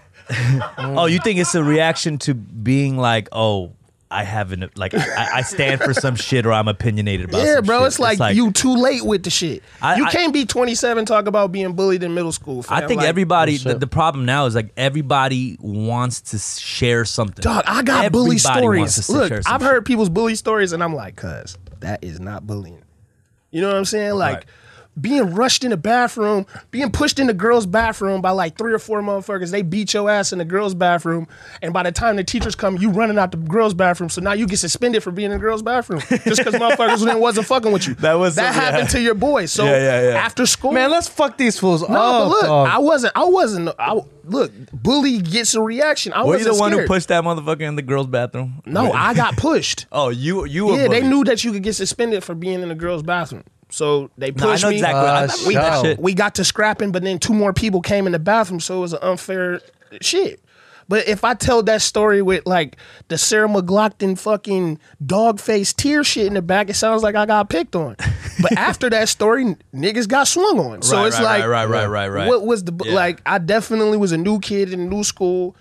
A: Oh, you think it's a reaction to being like, oh, I haven't, like, I, I stand for some shit or I'm opinionated about
C: yeah,
A: some
C: bro,
A: shit.
C: it's, like, you too late with the shit.
A: I-
C: you
A: I-
C: can't be 27 talk about being bullied in middle school.
A: I
C: fam.
A: think
C: Like,
A: everybody,
B: shit.
A: the, the problem now is like everybody wants to s- share something.
C: Dog, I got bully
A: Everybody wants
C: stories.
A: to
C: Look,
A: share some
C: I've heard people's bully stories, and I'm like, cuz that is not bullying. You know what I'm saying? Like
A: Right.
C: being rushed in the bathroom, being pushed in the girls' bathroom by like three or four motherfuckers. They beat your ass in the girls' bathroom, and by the time the teachers come, you running out the girls' bathroom. So now you get suspended for being in the girls' bathroom just because motherfuckers then wasn't fucking with you.
A: That was
C: that
A: some-
C: happened
A: yeah.
C: to your boy. So
A: Yeah, yeah, yeah.
C: after school,
B: Man, let's fuck these fools.
C: no,
B: up,
C: but look,
B: dog.
C: I wasn't. I wasn't. I, look, bully gets a reaction. I
A: Were you
C: wasn't
A: the one who
C: scared.
A: pushed that motherfucker in the girls' bathroom?
C: No,
A: Wait.
C: I got pushed.
A: Oh, you you were
C: Yeah, they
A: bullied.
C: knew that you could get suspended for being in the girls' bathroom. So they
A: No, I
C: pushed
A: know
C: me.
A: exactly. I
B: Uh,
A: thought we- that
B: shout.
A: shit.
C: We got to scrapping, but then two more people came in the bathroom, so it was an unfair shit. But if I tell that story with like the Sarah McLaughlin fucking dog face tear shit in the back, it sounds like I got picked on. But after that story, n- niggas got swung on. So
A: Right,
C: it's
A: right,
C: like,
A: right, right, right, right,
C: what was the bu-
A: Yeah.
C: like? I definitely was a new kid in a new school.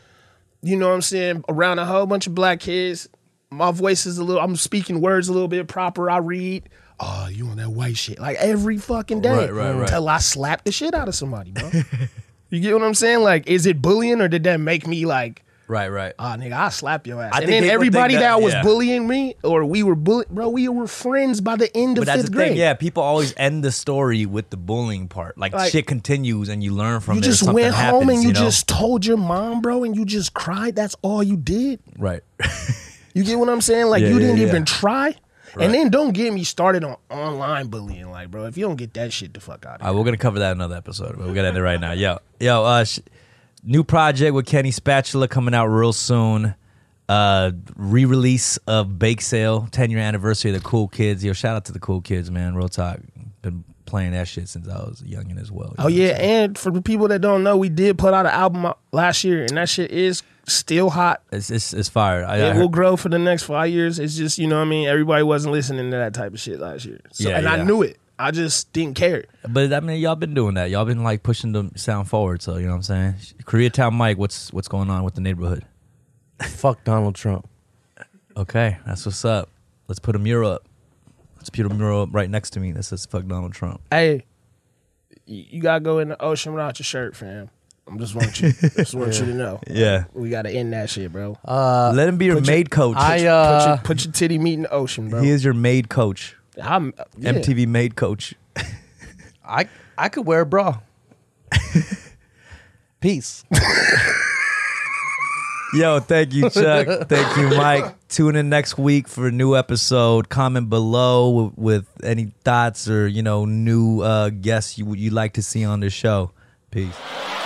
C: You know what I'm saying? Around a whole bunch of black kids, my voice is a little. I'm speaking words a little bit proper. I read. Oh, you on that white shit? Like every fucking day,
A: Right, right, right.
C: Till I slap the shit out of somebody, bro. you get what I'm saying? Like, is it bullying or did that make me like?
A: Right, right.
C: Ah, nigga, I'll slap your ass.
A: I
C: and
A: think people
C: then
A: think
C: everybody
A: that-
C: that, was
A: yeah.
C: bullying me, or we were bully, bro, we were friends by the end of
A: But that's
C: fifth
A: the
C: grade.
A: thing, yeah. People always end the story with the bullying part. Like,
C: Like,
A: shit continues, and you learn from
C: You
A: it. or
C: just
A: something
C: went home
A: happens,
C: and you,
A: know?
C: just told your mom, bro, and you just cried. That's all you did.
A: right.
C: You get what I'm saying? Like
A: Yeah,
C: you
A: yeah,
C: didn't
A: yeah.
C: even try. And then don't get me started on online bullying, like, bro. If you don't get that shit the fuck out of
A: All right, we're gonna cover that in another episode, but we gotta end it right now. Yo, yo, uh, sh- new project with Kenny Spatula coming out real soon. Uh, re-release of Bake Sale, 10 year anniversary of the Cool Kids. Yo, shout out to the Cool Kids, man. Real talk, been playing that shit since I was youngin as well.
C: Oh yeah, and for the people that don't know, we did put out an album uh, last year, and that shit is still hot.
A: it's it's, it's fire. I, I
C: It
A: heard-
C: will grow for the next five years. It's just you know what I mean. Everybody wasn't listening to that type of shit last year, so,
A: Yeah,
C: and I
A: yeah.
C: knew it. I just didn't care.
A: But I mean, y'all been doing that. Y'all been like pushing the sound forward. So you know what I'm saying. Koreatown Mike, what's what's going on with the neighborhood?
B: Fuck Donald Trump.
A: Okay, that's what's up. Let's put a mural up. Let's put a mural up right next to me that says "Fuck Donald Trump."
C: Hey, y- you gotta go in the ocean without your shirt, fam. I'm just want you, just want you to know.
A: Yeah.
C: we gotta end that shit, bro.
B: Uh,
A: Let him be your
C: put your-
A: maid coach.
B: I
C: put, your,
B: uh,
C: put your titty meat in the ocean, bro.
A: he is your maid coach.
C: I'm yeah.
A: MTV maid coach.
B: I I could wear a bra. Peace.
A: Yo, thank you, Chuck. thank you, Mike. Tune in next week for a new episode. Comment below with, with any thoughts or you know new uh, guests you would you like to see on the show. Peace.